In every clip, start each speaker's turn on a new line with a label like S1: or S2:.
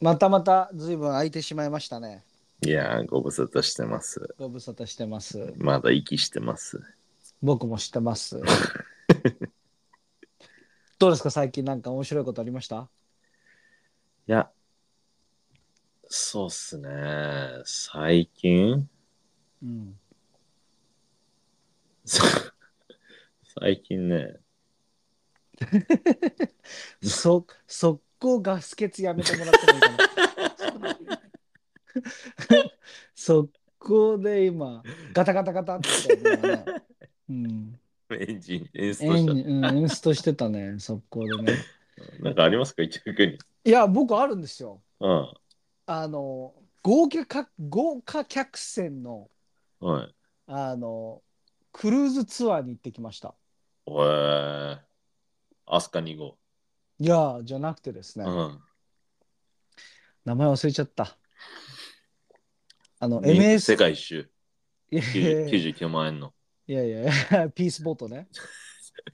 S1: またまた随分空いてしまいましたね。
S2: いやー、ご無沙汰してます。
S1: ご無沙汰してます。
S2: まだ息してます。
S1: 僕も知って ます。どうですか最近なんか面白いことありました
S2: いや、そうっすね。最近
S1: うん。
S2: そう最近ね。
S1: そ、速攻ガス欠やめてもらってもいいかな。 速攻で今、ガタガタガタって言ったよね うん。
S2: エンジン、演出
S1: エ
S2: し
S1: ン
S2: た。
S1: うん、演出してたね、速攻でね。
S2: なんかありますか一曲に。
S1: いや、僕あるんですよ。
S2: うん。
S1: あの、豪華客、豪華客船の、
S2: はい。
S1: あの、クルーズツアーに行ってきました。
S2: おえー。アスカ2号。
S1: いやー、じゃなくてですね、
S2: うん。
S1: 名前忘れちゃった。あの、
S2: に
S1: MS、
S2: 世界一周。
S1: いやいやいや
S2: 99万円の。
S1: いやいや、ピースボートね。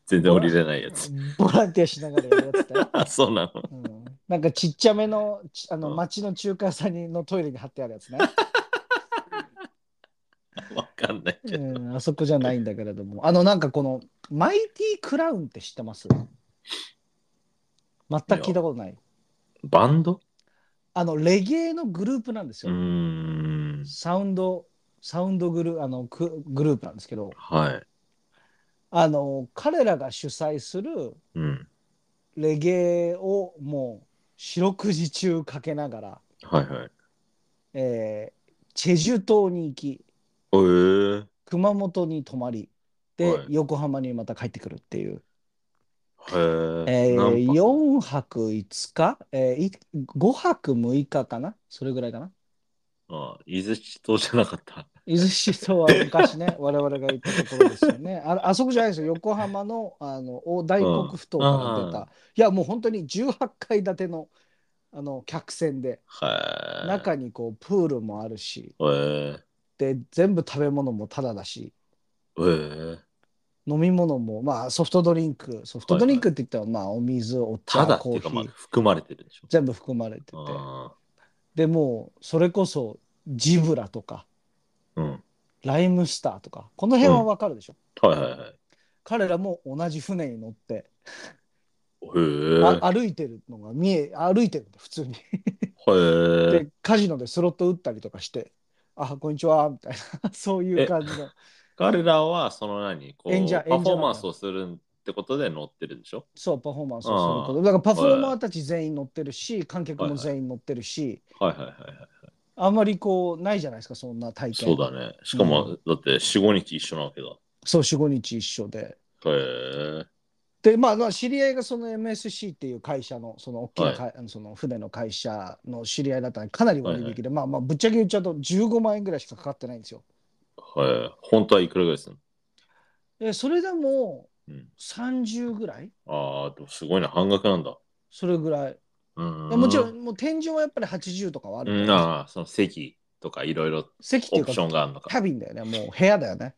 S2: 全然降りれないやつ。
S1: ボランティアしながらやるやつね。
S2: あ、そうなの。
S1: うん、なんかちっちゃめのちあの
S2: うん
S1: 町の中華屋さんにのトイレに貼ってあるやつね、
S2: わかんないけど。
S1: うん、あそこじゃないんだけれどもあのなんかこのマイティクラウンって知ってます全く聞いたことない
S2: バンド
S1: あのレゲエのグループなんです
S2: うー
S1: よ、
S2: ん。
S1: サウンドサウンドグルあのクグループなんですけど
S2: はい。
S1: あの彼らが主催する
S2: うん。
S1: レゲエをもう四六時中かけながら、
S2: はいはい。
S1: えーチェジュ島に行き
S2: えー。
S1: 熊本に泊まりで、
S2: はい
S1: 横浜にまた帰ってくるっていう、
S2: へー
S1: えー
S2: 何
S1: 4泊
S2: 泊
S1: 5日、え5泊6日かなそれぐらいかな
S2: ああ、伊豆島じゃなかった。
S1: 伊豆市とは昔ね 我々が行ったところですよねああそこじゃないですよ横浜のあの大大黒ふ頭から出た、
S2: うん
S1: いやもう本当に18階建てのあの客船で
S2: はい。
S1: 中にこうプールもあるし
S2: えー、
S1: で全部食べ物もタダだし
S2: えー、
S1: 飲み物も、まあ、ソフトドリンク、ソフトドリンクって言ったら、まあ、お水、お
S2: た
S1: 茶
S2: だ、って
S1: コー
S2: いう
S1: ヒ
S2: か、まあ、
S1: ー、
S2: 含まれてるでしょ。
S1: 全部含まれてて。
S2: あ
S1: でもう、それこそ、ジブラとか、
S2: あ、うん。
S1: ライムスターとか、この辺はわかるでしょ。
S2: はいはいはい。
S1: 彼らも同じ船に乗って、
S2: へ
S1: あ歩いてるのが見え、歩いてるんだ普通に。
S2: え。へえ。
S1: で、カジノでスロット打ったりとかして、あ、こんにちは、みたいな、 そういう感じの。
S2: 彼らは、その何、こう、
S1: 演者
S2: パフォーマンスをするってことで乗ってるでしょ。
S1: そう、パフォーマンス
S2: あ
S1: をする
S2: ー
S1: こと。だから、パフォーマーたち全員乗ってるし、観客も全員乗ってるし、
S2: はいはいはいはい。
S1: あんまりこう、ないじゃないですか、そんな体験。
S2: そうだね。しかも、だって、4、5日一緒なわけだ。
S1: そう、4、5日一緒で。
S2: へえ。
S1: で、まあ、まあ知り合いがその MSC っていう会社の、その大きなかい、あのその船の会社の知り合いだったんで、かなり割引で、まあまあ、ぶっちゃけ言っちゃうと15万円ぐらいしかかかってないんですよ。
S2: はい。本当はいくらぐらいする
S1: で、それでも
S2: のうん。
S1: 30ぐらい
S2: ああ、でもすごいな。半額なんだ。
S1: それぐらい。
S2: うん。
S1: でもちろん、もう天井はやっぱり80とかはあ
S2: う
S1: る
S2: ん、
S1: から、
S2: ああ、その席とかいろいろ
S1: 席ってい
S2: オ
S1: う
S2: プション
S1: か、
S2: があるのか。
S1: キャビンだよね、もう部屋だよね。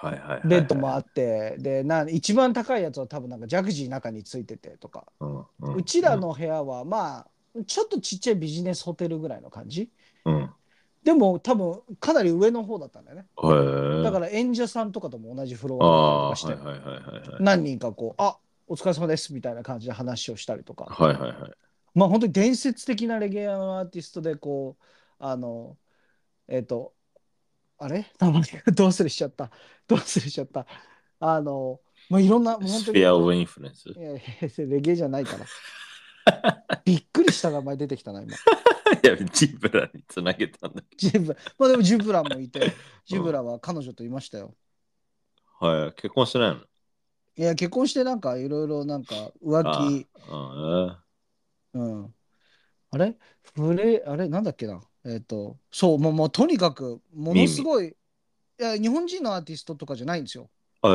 S2: はいはいはい、
S1: ベッドもあって、で、なん一番高いやつは多分なんかジャグジー中についててとか。
S2: うんうん
S1: うちら、の部屋はまあちょっとちっちゃいビジネスホテルぐらいの感じ
S2: うん、へ
S1: でも多分かなり上の方だったんだよね
S2: え。、
S1: だからら演者さんとかとも同じフロ
S2: ああ、
S1: アだ
S2: は
S1: ったりとかして、
S2: いはいはいはいはい。
S1: 何人かこう「あお疲れ様です」みたいな感じで話をしたりとか、
S2: はいはいはい。
S1: まあ本当に伝説的なレゲエのアーティストでこうあのえっ、とあれ名前がどうするしちゃったどうするしちゃったあのまあいろんなもう本
S2: ス
S1: 当
S2: ピ
S1: に
S2: ア・オブ・インフルエンス。い
S1: いやいやレゲエじゃないからびっくりした名前出てきたな今
S2: や、ジブラにつなげたんだけ
S1: ジブまあでもジブラもいて、ジブラは彼女といましたよ。
S2: ど。はい、結婚してないの
S1: いや、結婚してなんかいろいろなんか
S2: あ
S1: 浮気、
S2: あ
S1: うん。あれフレ、あれなんだっけなえっ、と、そう、もうもうとにかく、ものすごい、いや、日本人のアーティストとかじゃないんですよ。
S2: あ、へえ。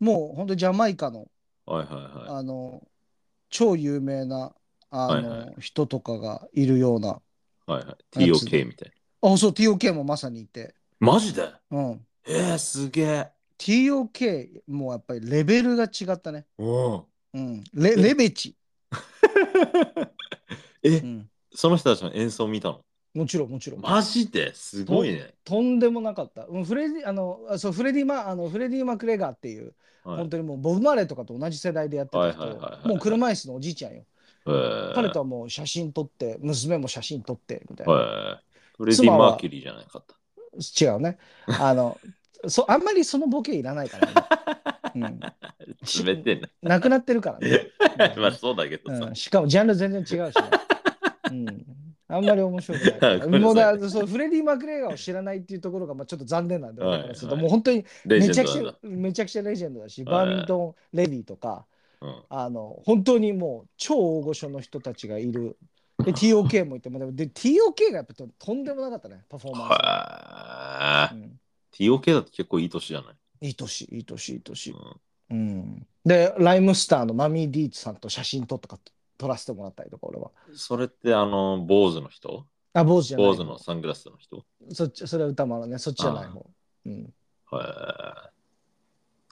S1: もう本当ジャマイカの、
S2: はいはいはい。
S1: あの、超有名な、あの、
S2: はい
S1: 人とかがいるような。
S2: はいはい、TOK みたい
S1: あ、そう、TOK もまさにいて。
S2: な。マジで
S1: うん。
S2: えー、すげえ。
S1: TOK もやっぱりレベルが違ったね。
S2: うん。
S1: うん。レレベチ。
S2: え
S1: う、ん、
S2: その人たちの演奏見たの
S1: もちろんもちろん
S2: マジですごいね。
S1: とんでもなかった、うん、フレディあのあそうフレディマあのフレディ・マクレガーっていう、
S2: はい
S1: 本当にもうボブ・マーレーとかと同じ世代でやってた人、
S2: はいはいはいはい
S1: もう車椅子のおじいちゃんよ、
S2: へー
S1: 彼とはもう写真撮って娘も写真撮ってみたいな、
S2: はい。フレディ・マーキュリーじゃなかった。
S1: 違うねあのそあんまりそのボケいらないからね、
S2: 滑ってんな。
S1: うん、なくなってるからね、
S2: まあそうだけどさ。
S1: うん、しかもジャンル全然違うしね、うん、あんまり面白くない から
S2: ごめんなさい
S1: もうだそうフレディ・マクレガーを知らないっていうところがまあちょっと残念なんだよ、
S2: はい
S1: だからすると
S2: はい
S1: もう本当に
S2: レジ
S1: めち
S2: ェ
S1: ゃく
S2: ンド
S1: ち
S2: なん
S1: ゃ
S2: だ。
S1: めちゃくちゃレジェンドだし、
S2: はい
S1: バーミントン・レディとか
S2: うん
S1: あの本当にもう超大御所の人たちがいるで TOK もいてもでもで TOK がやっぱととんでもなかったねパフォーマンスが、
S2: は
S1: う
S2: い。
S1: ん
S2: TOK だって結構いい年じゃない。
S1: いい年いい年いい年、
S2: うん
S1: うん、でライムスターのマミー・ディーツさんと写真撮ったか撮らせてもらったりとか俺は
S2: それってあの、坊主の人
S1: あ坊主じゃない
S2: 坊主のサングラスの人
S1: そっちそれは歌もあるねそっちじゃない方うん
S2: は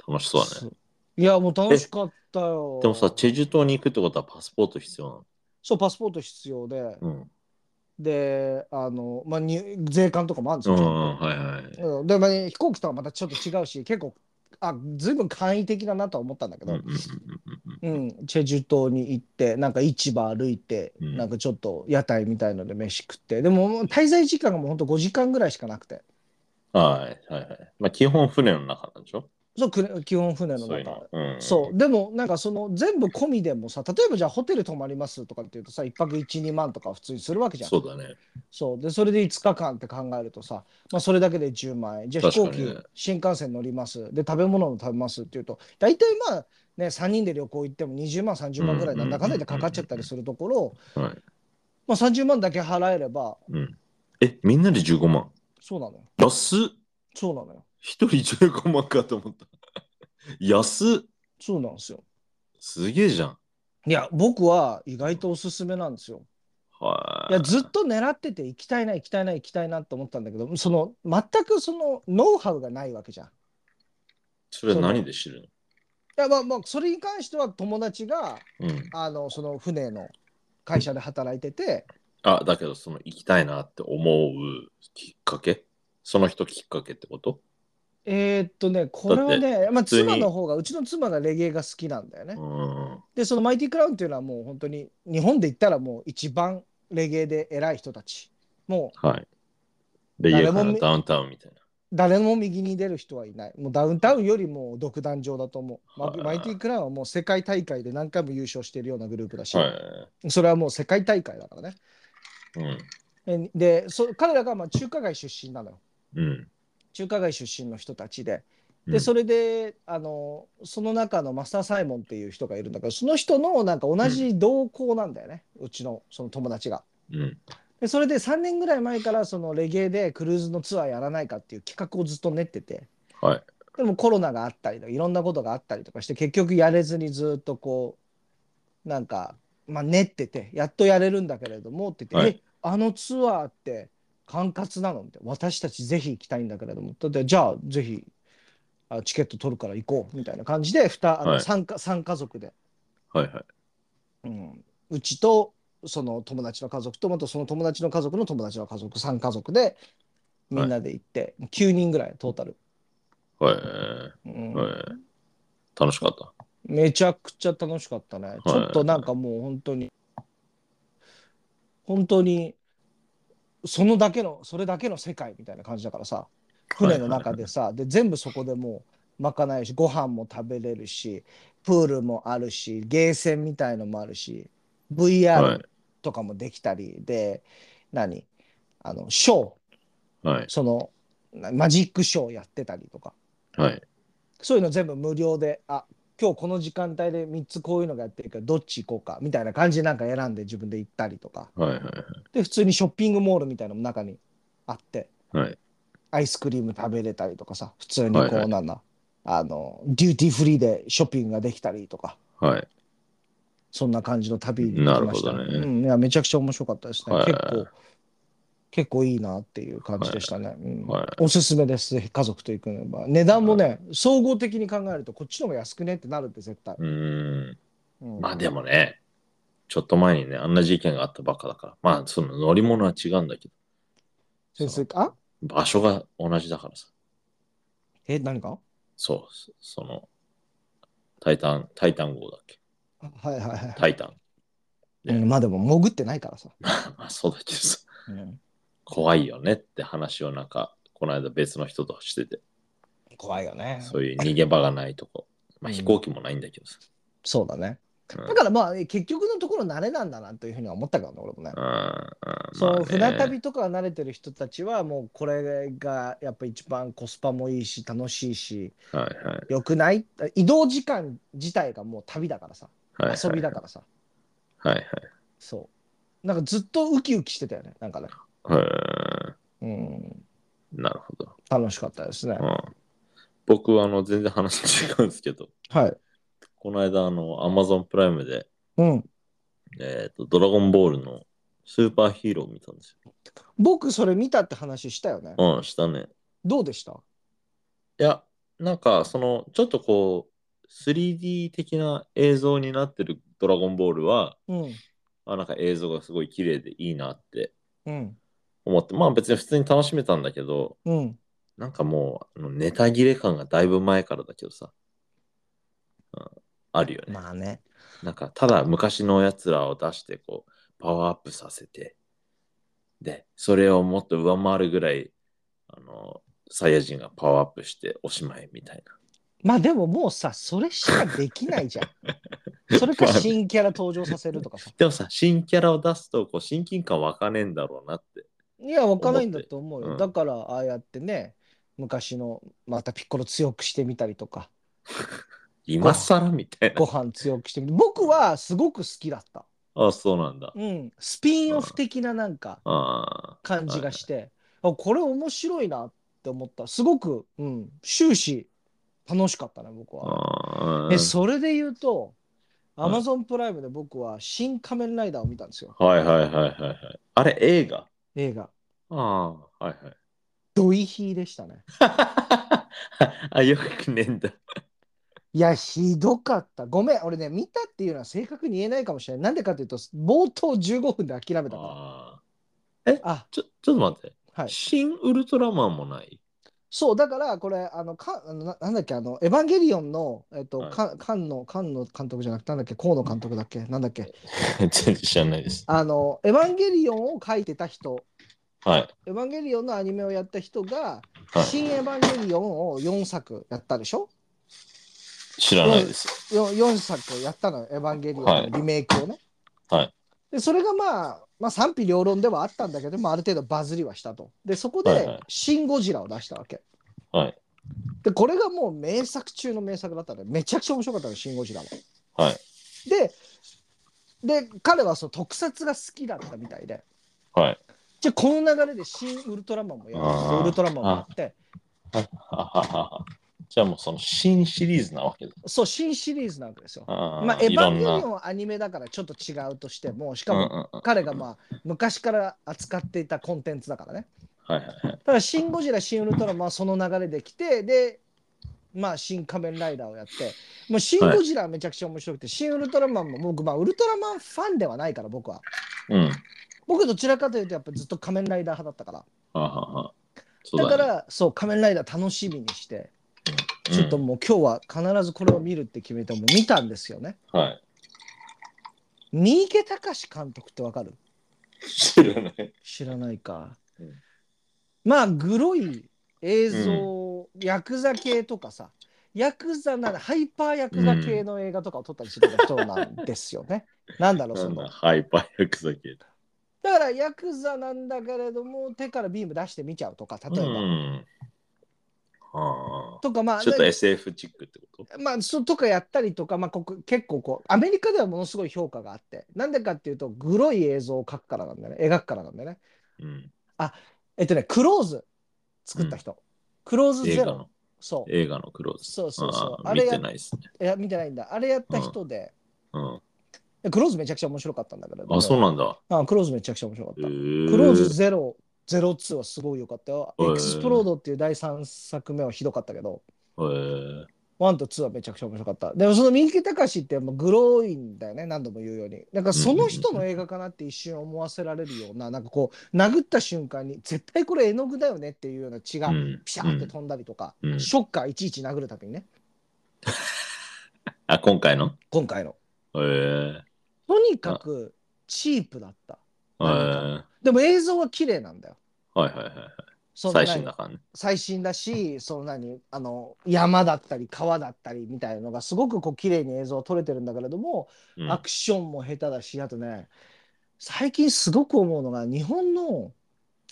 S2: い。楽しそうだね。
S1: いやもう楽しかったよ
S2: でもさ、チェジュ島に行くってことはパスポート必要
S1: そうパスポート必要で
S2: なの。
S1: であの、まあ、に税関とかもあるんです
S2: うん。う
S1: よ、
S2: んうん、はいはい。
S1: うんでまあ飛行機とはまたちょっと違うし結構あずいぶん簡易的だなとは思ったんだけ
S2: うん
S1: ど、
S2: う
S1: うん
S2: うん
S1: ん
S2: うん
S1: チェジュ島に行ってなんか市場歩いて、
S2: うん
S1: なんかちょっと屋台みたいので飯食ってでももう滞在時間がもうほんと5時間ぐらいしかなくて
S2: うん。はいはいはい。まあ基本船の中なんでしょ
S1: そうくれ基本船の
S2: そういう
S1: 中
S2: の。うん
S1: そうでもなんかその全部込みでもさ例えばじゃあホテル泊まりますとかっていうとさ1泊12万とか普通にするわけじゃん
S2: そうだね。
S1: そうでそれで5日間って考えるとさ、まあ、それだけで10万円じゃあ飛
S2: 確
S1: 行
S2: かに
S1: 機、
S2: ね
S1: 新幹線乗りますで食べ物も食べますっていうと大体まあね3人で旅行行っても20万30万ぐらいなんだかんだでかかっちゃったりするところ、
S2: はい。
S1: まあ、30万だけ払えれば
S2: うん。え、みんなで15万。
S1: そうなのよ
S2: 安っ
S1: そうなのよ
S2: 一人15万かと思った。安っ
S1: そうなんですよ
S2: すげえじゃん。
S1: いや僕は意外とおすすめなんですよ
S2: はいい。
S1: やずっと狙ってて行きたいな行きたいな行きたいなと思ったんだけどその全くそのノウハウがないわけじゃん
S2: それは何で知る
S1: いやまあまあそれに関しては友達が
S2: のうん。
S1: あのその船の会社で働いてて、
S2: あ、だけど、その行きたいなって思うきっかけその人きっかけってこと
S1: えーっとねこれはね、まあ、
S2: 普通に
S1: 妻の方がうちの妻がレゲエが好きなんだよね、
S2: うん。
S1: でそのマイティクラウンっていうのはもう本当に日本で言ったらもう一番レゲエで偉い人たちも
S2: はい。で、家
S1: 誰
S2: か
S1: も
S2: ら
S1: み
S2: ダウンタウンみたいな。
S1: う誰も右に出る人はいないもうダウンタウンよりも独壇場だと思う、マ
S2: はい
S1: マイティクラウンはもう世界大会で何回も優勝してるようなグループだし、
S2: は
S1: それはもう世界大会だからね
S2: い。うん。
S1: えでそ彼らがまあ中華街出身なのよ
S2: うん。
S1: 中華街出身の人たちで
S2: う
S1: で
S2: ん
S1: それであのその中のマスター・サイモンっていう人がいるんだけどその人のなんか同じ同行なんだよね、うちのその友達が。
S2: うん。
S1: でそれで3年ぐらい前からそのレゲエでクルーズのツアーやらないかっていう企画をずっと練ってて
S2: はい。
S1: でもコロナがあったりとかいろんなことがあったりとかして結局やれずにずっとこうなんか、まあ、練っててやっとやれるんだけれどもって言って「
S2: は
S1: えあのツアーって管轄なの?」みたいな「私たちぜひ行きたいんだけれども」だってじゃあぜひあチケット取るから行こうみたいな感じでふたあの、
S2: はい
S1: 三家三家族で、
S2: はいはい。
S1: うん、うちとその友達の家族とまたその友達の家族の友達の家族3家族でみんなで行って、9人ぐらいトータル。
S2: は
S1: うん
S2: い。はい。楽しかった。
S1: めちゃくちゃ楽しかったね。
S2: い
S1: ちょっとなんかもう本当に、本当に、そのだけの、それだけの世界みたいな感じだからさ、船の中でさ、で、全部そこでもう、まかないし、ご飯も食べれるし、プールもあるし、ゲーセンみたいのもあるし、
S2: は
S1: VR とかもできたり、で、何あの、ショー、
S2: い。はい。
S1: その、なマジックショーやってたりとか。
S2: はい。
S1: そういうの全部無料で、あ今日この時間帯で3つこういうのがやってるから、どっち行こうかみたいな感じでなんか選んで自分で行ったりとか、
S2: はい。はい。
S1: で、普通にショッピングモールみたいなのも中にあって、
S2: はい。
S1: アイスクリーム食べれたりとかさ、普通に
S2: はい
S1: こ
S2: は
S1: う
S2: い
S1: なんだ、あの、デューティーフリーでショッピングができたりとか、
S2: はい。
S1: そんな感じの旅に行きました、
S2: なるほど
S1: う
S2: ね
S1: ん、いや、めちゃくちゃ面白かったですね。
S2: はい
S1: 結構、結構いいなっていう感じでしたね。うん
S2: はい
S1: おすすめです。ぜひ家族と行くのは。値段もね、総合的に考えると、こっちの方が安くねってなるんで、絶対。
S2: うん。
S1: うん
S2: まあでもね、ちょっと前にね、あんな事件があったばっかだから。まあ、その乗り物は違うんだけど。
S1: 潜
S2: そ
S1: 水
S2: の
S1: 艦あ
S2: 場所が同じだからさ。
S1: え、何か
S2: そう、そその、タイタン、タイタン号だっけ
S1: あはいはいはい。
S2: タイタン。で
S1: うんまあでも潜ってないからさ。
S2: まあ、そうだけどさ、
S1: うん
S2: 怖いよねって話をなんか、この間別の人としてて、
S1: 怖いよね。
S2: そういう逃げ場がないとこ。まあ、
S1: うん
S2: 飛行機もないんだけどさ。
S1: そうだね。
S2: うん
S1: だからまあ結局のところ慣れなんだなというふうには思ったからね俺もね。
S2: うん
S1: そう船。
S2: うんまあね
S1: 旅とかが慣れてる人たちはもうこれがやっぱ一番コスパもいいし楽しいし
S2: はいはい
S1: よくない移動時間自体がもう旅だからさ
S2: はいはい。
S1: 遊びだからさ、
S2: はいはい。
S1: そうなんかずっとウキウキしてたよねなんかね
S2: うん
S1: うん
S2: なるほど。
S1: 楽しかったですね、
S2: うん、僕はあの全然話違うんですけど、
S1: はい
S2: この間あの Amazon プライムで、
S1: うん
S2: えーと「ドラゴンボール」のスーパーヒーローを見たんです
S1: 僕それ見たって話したよね、
S2: よ。うん、したね。
S1: どうでした
S2: いや、なんかそのちょっとこう 3D 的な映像になってる「ドラゴンボールは」
S1: うん
S2: あなんか映像がすごい綺麗でいいなって
S1: うん
S2: 思ってまあ別に普通に楽しめたんだけど
S1: うん
S2: なんかもうあのネタ切れ感がだいぶ前からだけどさ、うん、あるよね。
S1: まあね
S2: なんかただ昔のやつらを出してこうパワーアップさせてでそれをもっと上回るぐらいあのサイヤ人がパワーアップしておしまいみたい
S1: まあでももうさそれしかできないじゃ んそれか新キャラ登場させるとかさ
S2: なでもさ新キャラを出すとこう親近感湧かねえんだろうなって
S1: いや、わかんないんだと思うよ。
S2: 思ってう
S1: だから、ああやってね、昔の、またピッコロ強くしてみたりと か、
S2: 今更みたい
S1: ご
S2: な
S1: 飯強くしてみたり、僕はすごく好きだった。
S2: あそうなんだ
S1: うん、スピンオフ的ななんか
S2: あ
S1: 感じがして、あこれ面白いなって思った。すごく、うん、終始楽しかったね、僕
S2: ー
S1: は。
S2: あー
S1: え、それで言うと、
S2: ん
S1: アマゾンプライムで僕は新仮面ライダーを見たんですよ、
S2: はいはいはいはいはいあれ映画
S1: 映画。
S2: ああはいはい
S1: ドイヒーでしたね。
S2: あよくねえんだ
S1: いや、ひどかった。ごめん、俺ね、見たっていうのは正確に言えないかもしれない。なんでかというと、冒頭15分で諦めたから。
S2: あ
S1: あ、
S2: ーちょちょっと待って
S1: はい。
S2: 新ウルトラマンもない
S1: そう、だから、これ、あの、かあのななんだっけ、あの、エヴァンゲリオンの、えっと、
S2: はい
S1: か菅野、菅野監督じゃなくて、なんだっけ、河野監督だっけ、なんだっけ。
S2: 全然知らないです。
S1: あの、エヴァンゲリオンを書いてた人、
S2: はい。
S1: エヴァンゲリオンのアニメをやった人が、
S2: はい、
S1: 新エヴァンゲリオンを4作やったでしょ
S2: 知らないです。
S1: よ ?4 作やったのよ、エヴァンゲリオンのリメイクをね。
S2: はい。
S1: でそれがまあ、まあ、賛否両論ではあったんだけど、まあ、ある程度バズりはしたと。でそこ
S2: はいは
S1: で
S2: い
S1: 「シン・ゴジラ」を出したわけ。
S2: はい。
S1: でこれがもう名作中の名作だったのでめちゃくちゃ面白かったの「シン・ゴジラ」も。
S2: はい。
S1: でで彼はその特撮が好きだったみたいで
S2: はい。
S1: じゃあこの流れで「シン・ウルトラマン」もやる
S2: あー
S1: ウルトラマンもやって
S2: ははははじゃあもうその新シリーズなわけだ。
S1: そう新シリーズなわけですよ。
S2: あー
S1: まあ「エヴ
S2: い
S1: ァ
S2: ろ
S1: ン
S2: ん
S1: ゲリ
S2: な
S1: オン」アニメだからちょっと違うとしてもし
S2: う
S1: か
S2: んうんうん
S1: も彼がまあ昔から扱っていたコンテンツだからね。
S2: はいはいはい。
S1: ただ、シン・ゴジラ、シン・ウルトラマンはその流れできて、で、まあ、シン・仮面ライダーをやって、もうシン・ゴジラはめちゃくちゃ面白くて、シン・ウルトラマンも僕、まあ、ウルトラマンファンではないから、僕は。
S2: うん。は
S1: 僕、どちらかというと、やっぱずっと仮面ライダー派だったか
S2: あはあはあそう
S1: ら。だか
S2: ね
S1: ら、そう、仮面ライダー楽しみにして、
S2: うん
S1: ちょっともう今日は必ずこれを見るって決めて、もう見たんですよね。
S2: はい。
S1: 三池隆監督ってわかる
S2: 知らない。
S1: 知らないか
S2: うん。
S1: まあ、グロい映像、ヤクザ系とかさ、ヤクザならハイパーヤクザ系の映画とかを撮ったりしてた人なんですよね。なんだろう、
S2: な
S1: そ
S2: ん
S1: の。
S2: だ
S1: だ
S2: ハイパーヤクザ系。
S1: から、ヤクザなんだけれども、手からビーム出してみちゃうとか、例えば。
S2: うん。は
S1: とか、ま
S2: あ。
S1: あ
S2: ちょっ、と SF チックってこと
S1: まあ、そうとかやったりとか、まあ、ここ結構こう、アメリカではものすごい評価があって、なんでかっていうと、グロい映像を描くからなんだよね、描くからなんだよね。
S2: うん。
S1: えっとね、クローズ作った人。クローズ
S2: 映
S1: ゼ
S2: 画
S1: ロ
S2: の。、
S1: そう。
S2: 映画のクローズ。
S1: そうそうそう。
S2: あ
S1: あ
S2: あ、見
S1: れ
S2: て
S1: や
S2: ないですね。
S1: いや見てないんだ。あれやった人で、
S2: うん。
S1: クローズめちゃくちゃ面白かったんだけど、
S2: あ、そう
S1: な
S2: なんだ。
S1: あクローズめちゃくちゃ面白かっ
S2: ク
S1: た。クローズゼロ、ゼロツーはすごい良かったよ。
S2: へー
S1: エクスプロードっていう第3作目はひどかったけど、
S2: へえ。
S1: 1と2はめちゃくちゃ面白かった。でもその三木隆ってもうグロいんだよね、何度も言うように。なんかその人の映画かなって一瞬思わせられるような、なんかこう、殴った瞬間に、絶対これ絵の具だよねっていうような血が
S2: うん
S1: ピシャーって飛んだりとか、
S2: うんうん
S1: ショッカーいちいち殴るたびにね、
S2: あ、今回の
S1: 今回の。
S2: えー、
S1: とにかくチープだった。
S2: えー、は
S1: でも映像は綺麗なんだよ。
S2: いはいはいはい。
S1: その
S2: 最新だからね。
S1: 最新だしその何あの山だったり川だったりみたいのがすごくこう綺麗に映像を撮れてるんだけれども、
S2: うん
S1: アクションも下手だしあとね最近すごく思うのが日本の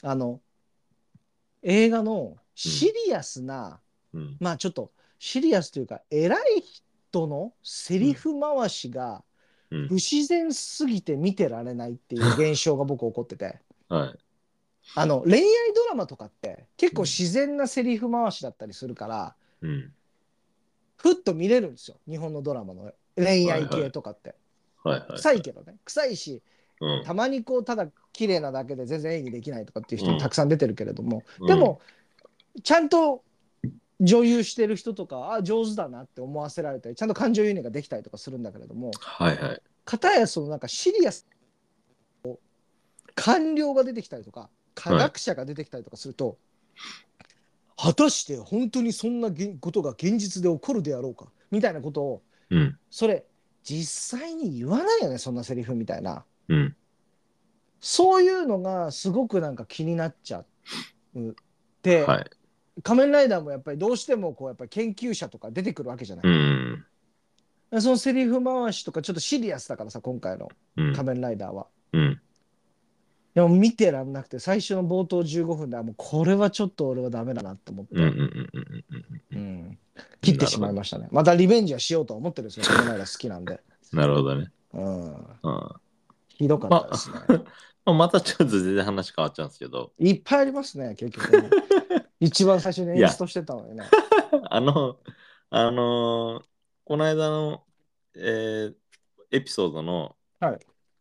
S1: あの映画のシリアスな、
S2: うん
S1: まあちょっとシリアスというか偉い人のセリフ回しが
S2: うん
S1: 不自然すぎて見てられないっていう現象が僕起こってて。
S2: はい。
S1: あの恋愛ドラマとかって結構自然なセリフ回しだったりするから、
S2: うん。
S1: ふっと見れるんですよ日本のドラマの恋愛系とかって、
S2: はいはい。
S1: 臭いけどね臭いし
S2: うん
S1: たまにこうただ綺麗なだけで全然演技できないとかっていう人
S2: うん
S1: もたくさん出てるけれども、
S2: うん
S1: でもちゃんと女優してる人とかあ上手だなって思わせられたりちゃんと感情移入ができたりとかするんだけれども
S2: はいはい。
S1: 片やそのなんかシリアス官僚が出てきたりとか科学者が出てきたりとかすると、果たして本当にそんなげことが現実で起こるであろうかみたいなことを
S2: うん。
S1: それ実際に言わないよねそんなセリフみたいな
S2: うん。
S1: そういうのがすごくなんか気になっちゃうで、
S2: はい。
S1: 仮面ライダーもやっぱりどうしてもこうやっぱり研究者とか出てくるわけじゃない、
S2: うん。
S1: そのセリフ回しとかちょっとシリアスだからさ今回の
S2: うん。
S1: 仮面ライダーは。
S2: うん。
S1: でも見てらんなくて最初の冒頭15分であもうこれはちょっと俺はダメだなと思って、
S2: うん。うん。うん。うん。
S1: うん切ってしまいましたねまたリベンジはしようとは思ってるんですよ仮面ライダー好きなんで、
S2: なるほどね。
S1: うん、
S2: うん。
S1: ひどかったですね、
S2: まあまたちょっと全然話変わっちゃうんですけど、
S1: いっぱいありますね結局ね一番最初に演出としてたのにね
S2: あの、あのーこの間の、えーエピソードの、
S1: はい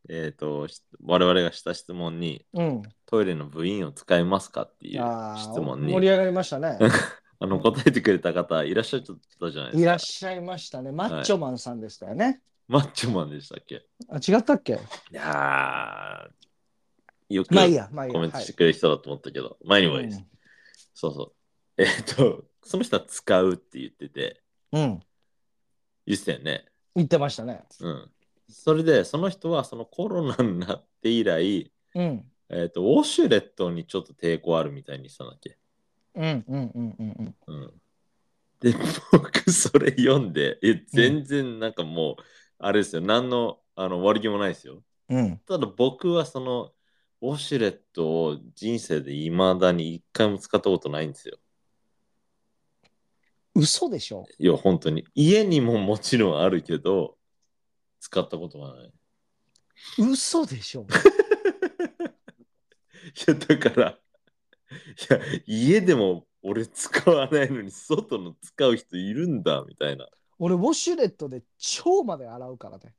S2: えっ、と、し我々がした質問に、
S1: うん
S2: トイレの部員を使いますかっていう
S1: あ
S2: 質
S1: ー
S2: 問に
S1: 盛り上がりました ね
S2: あの答えてくれた方いらっしゃっちゃったじゃないですか。
S1: いらっしゃいましたねマッチョマンさんでしたよね、
S2: マッチョマンでしたっけい
S1: あ違ったっけ
S2: やーよく
S1: まあいいやまあいいや
S2: コメントしてくれる人だと思ったけど、前にも
S1: はい
S2: いです。
S1: い
S2: そうそう。えっ、と、その人は使うって言ってて、
S1: うん、うん
S2: 言ってたよね。
S1: 言ってましたね
S2: うん。それで、その人はそのコロナになって以来、
S1: うん
S2: えっ、と、ウォシュレットにちょっと抵抗あるみたいにしたんだっけ。
S1: うんうんうんうんうん
S2: うん。で、僕、それ読んで、え、全然なんかもう、あれですよ、何のあの悪気もないですよ。
S1: うん
S2: ただ僕はその、ウォシュレットを人生で未だに一回も使ったことないんですよ。
S1: 嘘でしょ
S2: いや、本当に。家にももちろんあるけど、使ったことがない。い
S1: 嘘でしょ
S2: や、だから、いや、家でも俺使わないのに、外の使う人いるんだ、みたいな。
S1: 俺ウォシュレットで腸まで洗うから ね、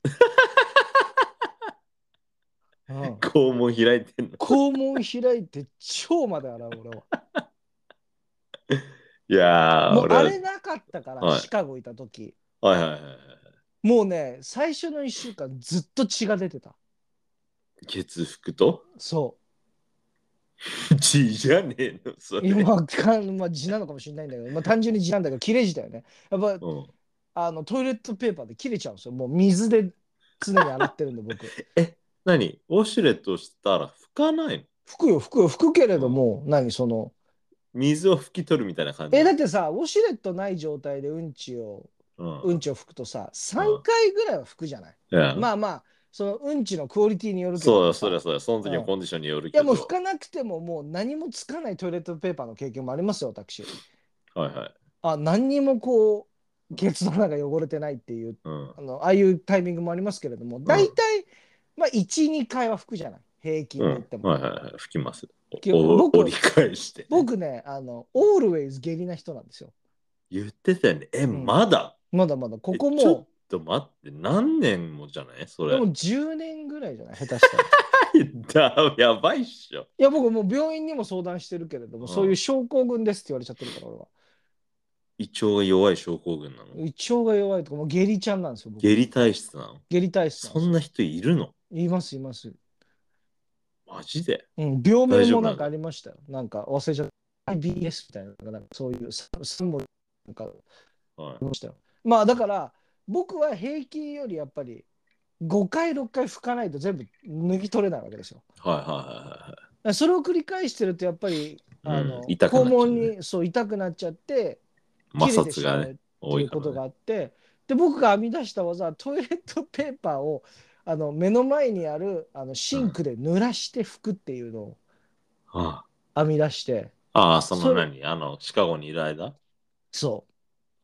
S1: うん、
S2: 肛門開いてんの。
S1: 肛門開いて腸まで洗う俺はい
S2: やー、
S1: もう
S2: 俺は
S1: あれなかったから、
S2: はい
S1: シカゴいた時
S2: はいはいはいはい。
S1: もうね最初の1週間ずっと血が出てた
S2: 血服と
S1: そ
S2: 血じゃねえの、そう れ。
S1: 今か、まあ、痔なのかもしれないんだけど、まあ、単純に痔なんだけど切れ痔だよねやっぱ
S2: うん、
S1: あのトイレットペーパーで切れちゃうんですよもう水で常に洗ってるんで 僕
S2: 何ウォシュレットしたら拭かないの
S1: 拭くよ拭くよ拭くけれども、何その
S2: 水を拭き取るみたいな感じ。
S1: えだってさウォシュレットない状態でうんちを
S2: うん
S1: うんちを拭くとさ3回ぐらいは拭くじゃない、
S2: いや
S1: まあまあそのうんちのクオリティによるけど
S2: そうだ
S1: さ
S2: そうだそうだ、その時の
S1: うん
S2: コンディションによる
S1: い
S2: け
S1: や
S2: ど。
S1: もう拭かなくてももう何もつかないトイレットペーパーの経験もありますよ私
S2: はいはい。
S1: あ何にもこうケツの中汚れてないっていう
S2: うん
S1: あのああいうタイミングもありますけれども大体、まあ12回は拭くじゃない平均
S2: う
S1: で
S2: ん
S1: 言っても、
S2: はいはいはい、拭きます。
S1: 結
S2: お
S1: 構
S2: お
S1: 僕
S2: 折り返して。
S1: 僕ねあのオールウェイズ下痢な人なんですよ
S2: 言ってたよね。え、
S1: ん
S2: まだ
S1: まだまだここ
S2: えちょ
S1: も
S2: っと待って、何年もじゃないそ
S1: で
S2: れ。
S1: も10年ぐらいじゃない下手したら
S2: だやばいっしょ。
S1: いや僕もう病院にも相談してるけれども、
S2: うん
S1: そういう症候群ですって言われちゃってるから俺は
S2: 胃腸が弱い症候群なの
S1: 胃腸が弱いとか、もう下痢ちゃんなんですよ、僕。
S2: 下痢体質なの
S1: 下痢体質んで
S2: そ
S1: すよ
S2: んな人いるの
S1: います、います。
S2: マジで
S1: うん、病名
S2: 大丈
S1: も
S2: 夫な
S1: な
S2: の
S1: んかありましたよ。なんか忘れちゃった。IBS みたいな、なんかそういう、3本なんかあ
S2: は
S1: りましたよ。まあだから、僕は平均よりやっぱり5回、6回拭かないと全部脱ぎ取れないわけですよ。
S2: いはいは
S1: だからそれを繰り返してると、やっぱり、
S2: うん
S1: あの
S2: 痛くなっちゃう
S1: 肛
S2: ね
S1: 門にそう痛くなっちゃって、
S2: いはい。
S1: 切
S2: 摩
S1: れてし
S2: 擦
S1: ま
S2: が
S1: う
S2: ね、
S1: っ
S2: 多
S1: てい
S2: いうか
S1: ことが
S2: ら、ね。
S1: あってで僕が編み出した技はトイレットペーパーをあの目の前にあるあのシンクで濡らして拭くっていうのを
S2: あ
S1: 編み出して
S2: あああ、その
S1: それ
S2: 何あの、シカゴにいる間
S1: そ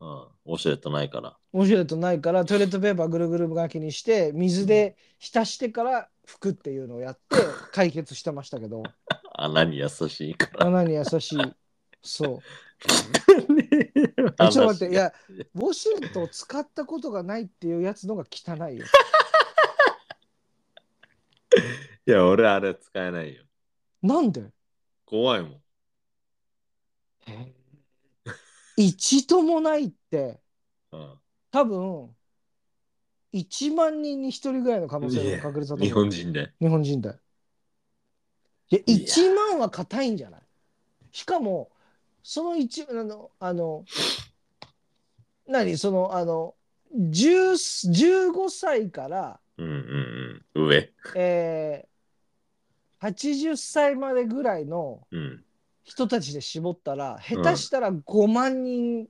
S2: うん。ウォシュレットないから。
S1: う面白いとないからトイレットペーパーぐるぐる巻きにして水で浸してから拭くっていうのをやって解決してましたけど
S2: 穴に優しいから。
S1: 穴に優しいそう
S2: ねえ
S1: えちょっと待ってい
S2: 話が
S1: やウォシュレットを使ったことがないっていうやつのが汚いよ
S2: いや、俺あれ使えないよ。
S1: なんで
S2: 怖いもん。
S1: 一度もないって
S2: うん
S1: 多分1万人に1人ぐらいの可能性の確率だと思う
S2: 日本人で。
S1: 日本人だよいや
S2: いや
S1: 1万は硬いんじゃないしかもその一あのあの何そのあの10 15歳から、
S2: うんうんうん。上。
S1: えー、80歳までぐらいの
S2: うん。
S1: 人たちで絞ったら下手したら5万人、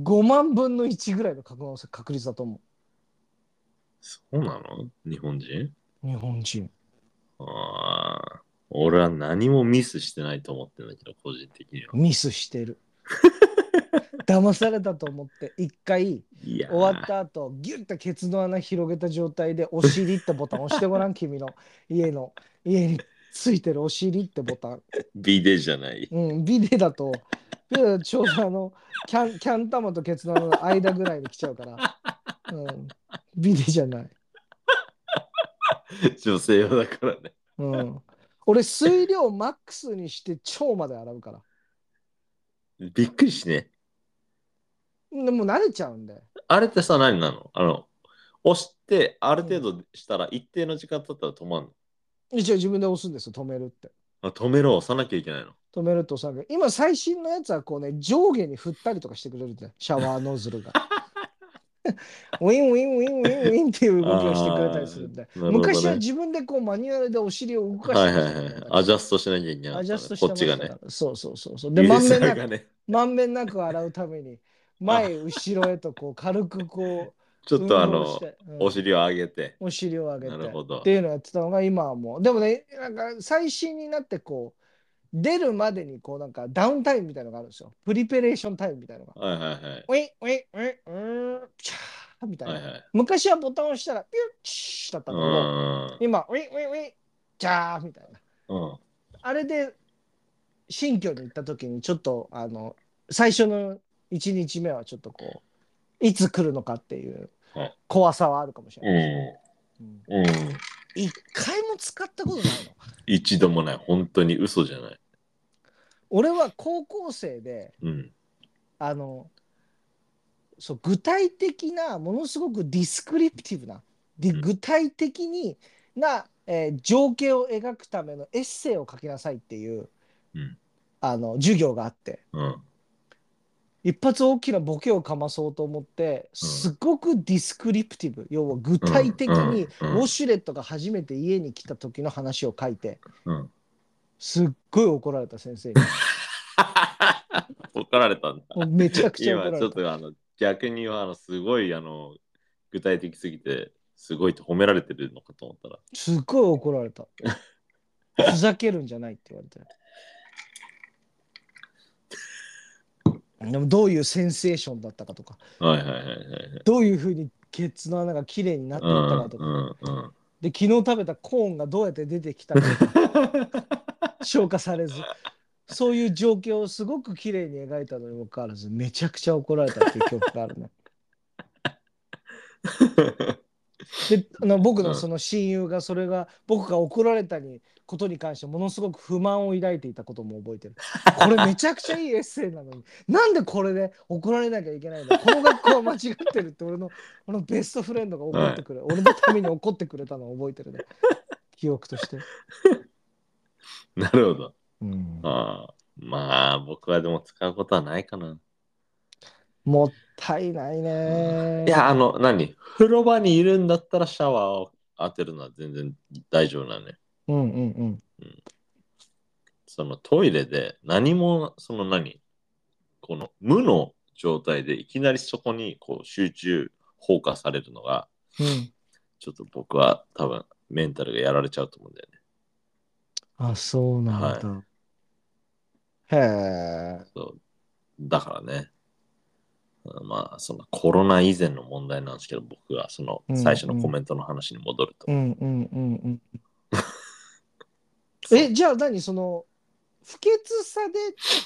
S1: 5万分の1ぐらいの確能性確率だと思
S2: そうなの日本人
S1: う日本人。
S2: ああ。俺は何もミスしてないと思ってんだけど、個人的には。
S1: ミスしてる騙されたと思って一回
S2: いやー
S1: 終わっ。た後ギュッとケツの穴広げた状態で「お尻」ってボタン押してごらん君の家の家についてる「お尻」ってボタン、
S2: ビデじゃない。
S1: うん、ビデだとビデだとちょうどあのキャンキャン玉とケツの穴の間ぐらいに来ちゃうから、うん、ビデじゃない、
S2: 女性用だからね。
S1: うん、俺水量マックスにして腸まで洗うから
S2: びっくりしね。
S1: でもう慣れちゃうんで
S2: あれってさ、何なのあの、押して、ある程度したら、一定の時間経ったら止まんの。
S1: 一応自分で押すんですよ止めるって。
S2: あ止めろ、押さなきゃいけないの。
S1: 止めるとさ今最新のやつはこうね上下に振ったりとかしてくれるんだよシャワーノズルが ウィンウィンウィンウィンウィンっていう動きをしてくれたりするんだよ、
S2: あーなるほどね
S1: 昔は自分でこうマニュアルでお尻を動かし
S2: は
S1: て
S2: い
S1: ま
S2: は
S1: した
S2: い
S1: け
S2: は
S1: ど
S2: い。アジャストしなきゃいけないの
S1: ア
S2: か
S1: ジ
S2: な。
S1: ャストして
S2: こ
S1: ま
S2: っち
S1: し
S2: が
S1: たか
S2: ね
S1: ら。そうそうそうそうで
S2: で、
S1: ま
S2: ま
S1: ん
S2: ん
S1: べんな
S2: が
S1: く
S2: ね、
S1: まんべんなく洗うために前後ろへとこう軽くこう
S2: ちょっとあ
S1: 運動
S2: の
S1: し、てうん
S2: お尻を上げて。
S1: お尻を上げて
S2: なるほど
S1: っていうのをやってたのが今はもうでもねなんか最新になってこう出るまでにこうなんかダウンタイムみたいのがあるんですよプリペレーションタイムみたいのが
S2: はいはいはい。
S1: ウィンウィンウィンうーんチャーみたいな、
S2: はいはい。
S1: 昔はボタンを押したらピュッチュッだった
S2: うんん
S1: だけど今ウィンウィンウィンチャーみたいな
S2: うんうん。
S1: あれで新居に行った時にちょっとあの最初の1日目はちょっとこういつ来るのかっていう怖さはあるかもしれないですね、うん
S2: うん。うん。
S1: 一回も使ったことないの
S2: 一度もない。本当に嘘じゃない。
S1: 俺は高校生で
S2: うん。
S1: あのそう具体的なものすごくディスクリプティブなで
S2: うん
S1: 具体的にな、えー情景を描くためのエッセイを書きなさいっていう、
S2: うん
S1: あの授業があって
S2: うん。
S1: 一発大きなボケをかまそうと思ってすごくディスクリプティブ要は具体的にウ
S2: うんうんうん
S1: ォシュレットが初めて家に来た時の話を書いて
S2: うん。
S1: すっごい怒られた先生に
S2: 怒られたんだ。
S1: もうめちゃくちゃ怒られた
S2: 今ちょっとあの逆にはあのすごいあの具体的すぎてすごいって褒められてるのかと思ったら
S1: すっごい怒られた。ふざけるんじゃないって言われて。でもどういうセンセーションだったかとか、
S2: はいはいはいはいはい
S1: どういうふうにケツの穴が綺麗になって
S2: う
S1: いった
S2: ん
S1: かとか、
S2: うんうん
S1: で昨日食べたコーンがどうやって出てきたかとか消化されず、そういう状況をすごく綺麗に描いたのにもかかわらず、めちゃくちゃ怒られたっていう記憶があるね。であの僕
S2: う
S1: の
S2: ん
S1: その親友がそれが僕が怒られたにことに関してものすごく不満を抱いていたことも覚えてるこれめちゃくちゃいいエッセイなのになんでこれで怒られなきゃいけないんだこの学校は間違ってるって俺の俺のベストフレンドが怒ってくれ、俺のために怒ってくれたのを覚えてるね記憶として、
S2: なるほど。
S1: うん、
S2: ああまあ、僕はでも使うことはないかな。
S1: もったいないね
S2: いや、あの、何風呂場にいるんだったらシャワーを当てるのは全然大丈夫なのね。
S1: うんうんうん
S2: そのトイレで何も、その何この無の状態でいきなりそこにこう集中、放火されるのが、
S1: うん
S2: ちょっと僕は多分メンタルがやられちゃうと思うんだよね。
S1: あそうなんだ、へえ
S2: そうだからね。まあ、そのコロナ以前の問題なんですけど、僕はその最初のコメントの話に戻ると。
S1: うんうんうんうん えじゃあ何その不潔さで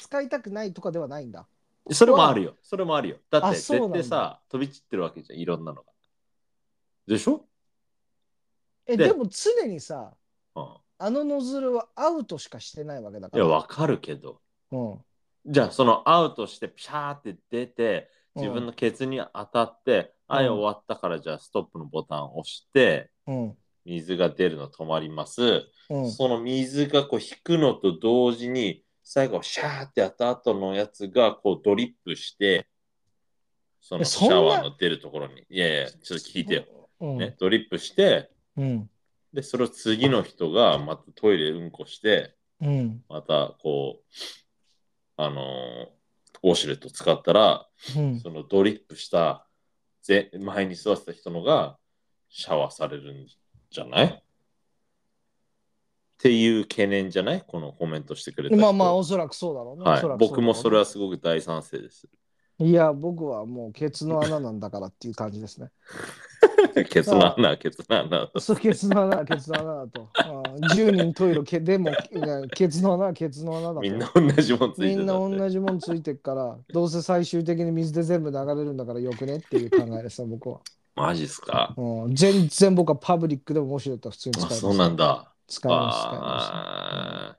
S1: 使いたくないとかではないんだ
S2: それもあるよ。それもあるよ。だっ
S1: あ
S2: て
S1: そうな
S2: 絶
S1: んだ
S2: 対さ、飛び散ってるわけじゃん、いろんなのが。でしょ
S1: え
S2: で
S1: でも常にさ
S2: う
S1: あのノズルはアウトしかしてないわけだか
S2: ん。いや、
S1: ら
S2: わかるけど。
S1: うん
S2: じゃあ、そのアウトして、ピシャーって出て、自分のケツに当たって、
S1: うん
S2: あい終わったから、じゃあストップのボタンを押して、
S1: うん
S2: 水が出るの止まります。
S1: うん
S2: その水がこう引くのと同時に、最後、シャーってやった後のやつがこうドリップして、その
S1: え
S2: シ
S1: そん
S2: ャ
S1: な
S2: ワーの出るところに。いやいや、ちょっと聞いてよ。
S1: うん、
S2: ね、ドリップして、
S1: うん
S2: で、それを次の人がまたトイレうんこして、
S1: うん
S2: またこう、あのーウォシュレット使ったら、
S1: うん
S2: そのドリップしたぜ前に座ってた人のがシャワーされるんじゃないっていう懸念じゃないこのコメントしてくれた人
S1: まあまあおそらくそうだろうね、おそ
S2: は
S1: ら
S2: い、
S1: くうだろうね
S2: 僕もそれはすごく大賛 成です。
S1: いや僕はもうケツの穴なんだからっていう感じ ですね
S2: ケツの穴、ケツの穴。
S1: そうケツの穴はケツの穴だと、うん、10人トイレけでもケツの穴はケツの穴だと
S2: みんな同じもんつい
S1: み
S2: て
S1: んな
S2: たって
S1: 同じもんついてっから、どうせ最終的に水で全部流れるんだからよくねっていう考えです、僕は。
S2: マジっすか
S1: うん、全然僕はパブリックでも面白いと普通に使い
S2: あ、
S1: ます。
S2: そうなんだ。
S1: 使います、使いま
S2: あ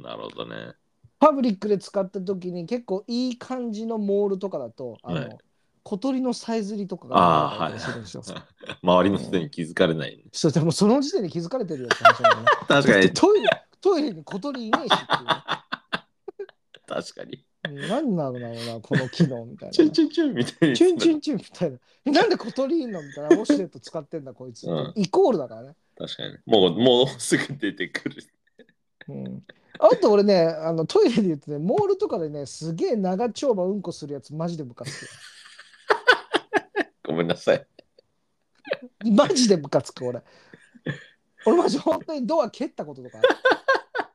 S2: ーなるほどね。
S1: す。パブリックで使った時に結構いい感じのモールとかだと、あの、
S2: はい
S1: 小鳥のさえずりとか
S2: あ
S1: が
S2: あ、は
S1: 流れたりするんですよ。
S2: い。周りの人に気づかれない、ね。
S1: そうでもその時点で気づかれてるよって話なんだよね。
S2: 確か
S1: だって
S2: に、
S1: トイレ、トイレに小鳥いねえしっ
S2: 確かに。
S1: ていうね。何なのだろうな、この機能みたい
S2: チ
S1: なね
S2: ュン。チュンチュンみたいに。
S1: チュンチュンチュンみたいな。えなんで小鳥いんのみたい な。ウォシュレット使ってんだ、こいつ。
S2: うん
S1: イコールだからね。
S2: 確かに。もう、もうすぐ出てくる。
S1: うん、あと俺ね、あのトイレで言うとね、モールとかでね、すげえ長丁場うんこするやつ、マジでムカつ
S2: ごめんなさい。
S1: く。マジでムカつく、俺。俺マジ本当にドア蹴ったことと かある。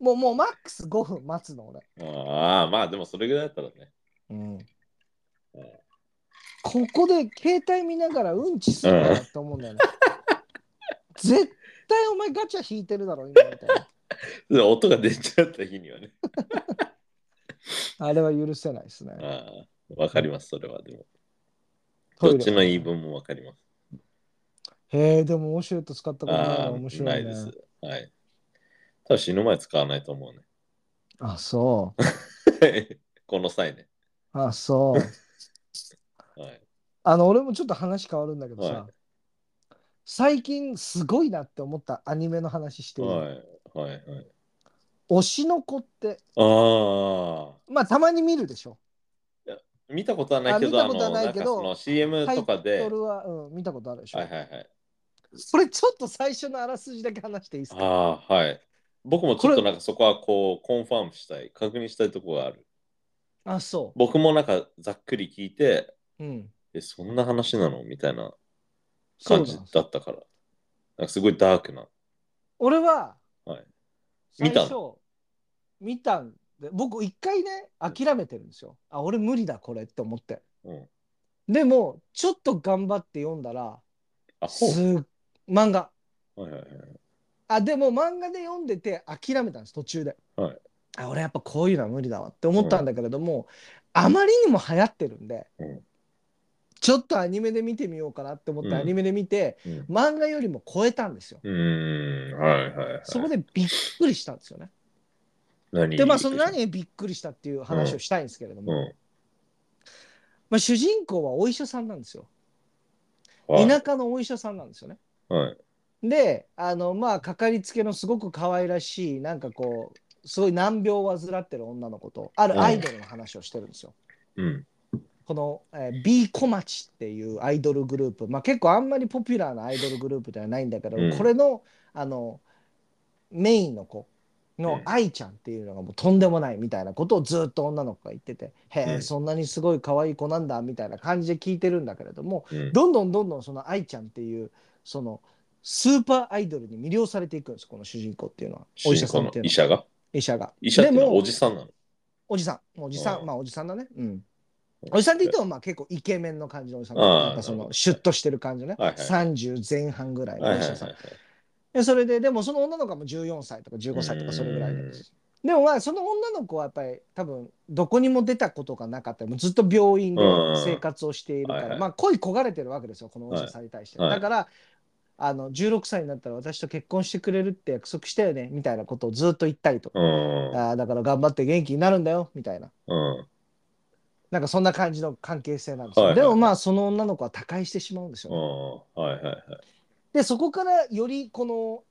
S1: もう、もうマックス5分待つの、俺。
S2: ああ、まあでもそれぐらいだったらね。
S1: うん、ここで携帯見ながらうんちするなって思うんだ よね。絶対お前ガチャ引いてるだろ、今みたいな。
S2: で音が出ちゃった日にはね。
S1: あれは許せないですね。
S2: ああ、わかります、それは。でも。
S1: ト
S2: ど
S1: イ
S2: っち
S1: レ。
S2: の言い分もわかります。
S1: へえ、でも面白いと使ったことない
S2: あ
S1: な
S2: あ、
S1: 面白い、ね。
S2: ないです。はい。多分死ぬ前使わないと思う
S1: あ、そう。
S2: ね。 この際ね。
S1: あ、 そう。
S2: はい。
S1: あの、俺もちょっと話変わるんだけどさ、
S2: は
S1: 最近すごいなって思ったアニメの話していい、
S2: はい。はい。はい。
S1: 推しの子って、
S2: ああ。
S1: まあ、たまに見るでしょ。
S2: 見たことはないけど、
S1: あ見たことはないけど
S2: あのなんかその CM とか
S1: タ
S2: で。は
S1: イ
S2: い
S1: トルは、うん、見たことあるでしょ。
S2: はいはい。
S1: それちょっと最初のあらすじだけ話していいですか
S2: ああ、はい。僕もちょっ
S1: ことれ
S2: なんかそこはこうコンファームしたい、確認したいところがある。
S1: あ、そ
S2: 僕もなんかざっくり聞いて、
S1: う。うん。
S2: え、そんな話なのみたいな
S1: そ
S2: 感
S1: う
S2: じ
S1: だ。
S2: だったから。なんかすごいダークな。
S1: 俺は、
S2: はい
S1: 最
S2: 見た
S1: 初、見たんで、僕一回ね、諦めてるんですよ。あ、俺無理だ、これって思って。
S2: うん、
S1: でも、ちょっと頑張って読んだら、
S2: あ、
S1: す
S2: ほう。
S1: 漫画。
S2: はいはいはい。
S1: あでも漫画で読んでて諦めたんです途中で、
S2: はい
S1: あ俺やっぱこういうのは無理だわって思ったんだけれども、あまりにも流行ってるんで、
S2: うん
S1: ちょっとアニメで見てみようかなって思っ
S2: うん
S1: てアニメで見て、
S2: うん
S1: 漫画よりも超えたんですよ。
S2: うーん、はいはいはい。
S1: そこでびっくりしたんですよ ね。
S2: 何
S1: でまあその何にびっくりしたっていう話をしたいんですけれど
S2: う
S1: も、
S2: ん。
S1: まあ、主人公はお医者さんなんですよ。
S2: はい
S1: 田舎のお医者さんなんですよね。
S2: はい。
S1: であのまあかかりつけのすごく可愛らしいなんかこうすごい難病を患ってる女の子とあるアイドルの話をしてるんですよ。
S2: うん。
S1: この、えー、B 小町っていうアイドルグループ、まあ、結構あんまりポピュラーなアイドルグループではないんだけど、
S2: うん
S1: これのあのメインの子
S2: う
S1: の
S2: ん
S1: 愛ちゃんっていうのがもうとんでもないみたいなことをずっと女の子が言ってて「へえ、
S2: うん
S1: そんなにすごい可愛い子なんだ」みたいな感じで聞いてるんだけれども
S2: うん。
S1: どんどんどんどんその愛ちゃんっていうそのスーパーアイドルに魅了されていくんですこの主人公っていうのはお医者さんっていう
S2: 主人公の医
S1: のは
S2: 者が
S1: 医者が。
S2: 医者っていうのは
S1: でも
S2: おじさんなの。
S1: おじさん、おじさ、
S2: うんん
S1: まあおじさんだね。うん。おじさんって言ってもまあ結構イケメンの感じのおじさん。
S2: ああ
S1: なんかそのシュッとしてる感じね。
S2: はいはい
S1: 30前半ぐらいの
S2: は
S1: お
S2: い
S1: 医
S2: はい
S1: 者
S2: はい
S1: さん
S2: は。
S1: でそれで、でもその女の子はもう14歳とか15歳とかそれぐらいで。でもまあその女の子はやっぱり多分どこにも出たことがなかったもうずっと病院で生活をしているか
S2: うんはい
S1: ら、
S2: はい
S1: まあ恋焦がれてるわけですよこのお医者さんに対して、
S2: はいはい
S1: だからあの16歳になったら私と結婚してくれるって約束したよねみたいなことをずっと言ったりとか、
S2: い。うん。
S1: ああだから頑張って元気になるんだよみたいな
S2: うん。
S1: なんかそんな感じの関係性なんですよ。
S2: はいはいはい
S1: でもまあその女の子は他界してしまうんですよ
S2: う
S1: ね。
S2: ん。はいはいはい。
S1: でそこからよりこの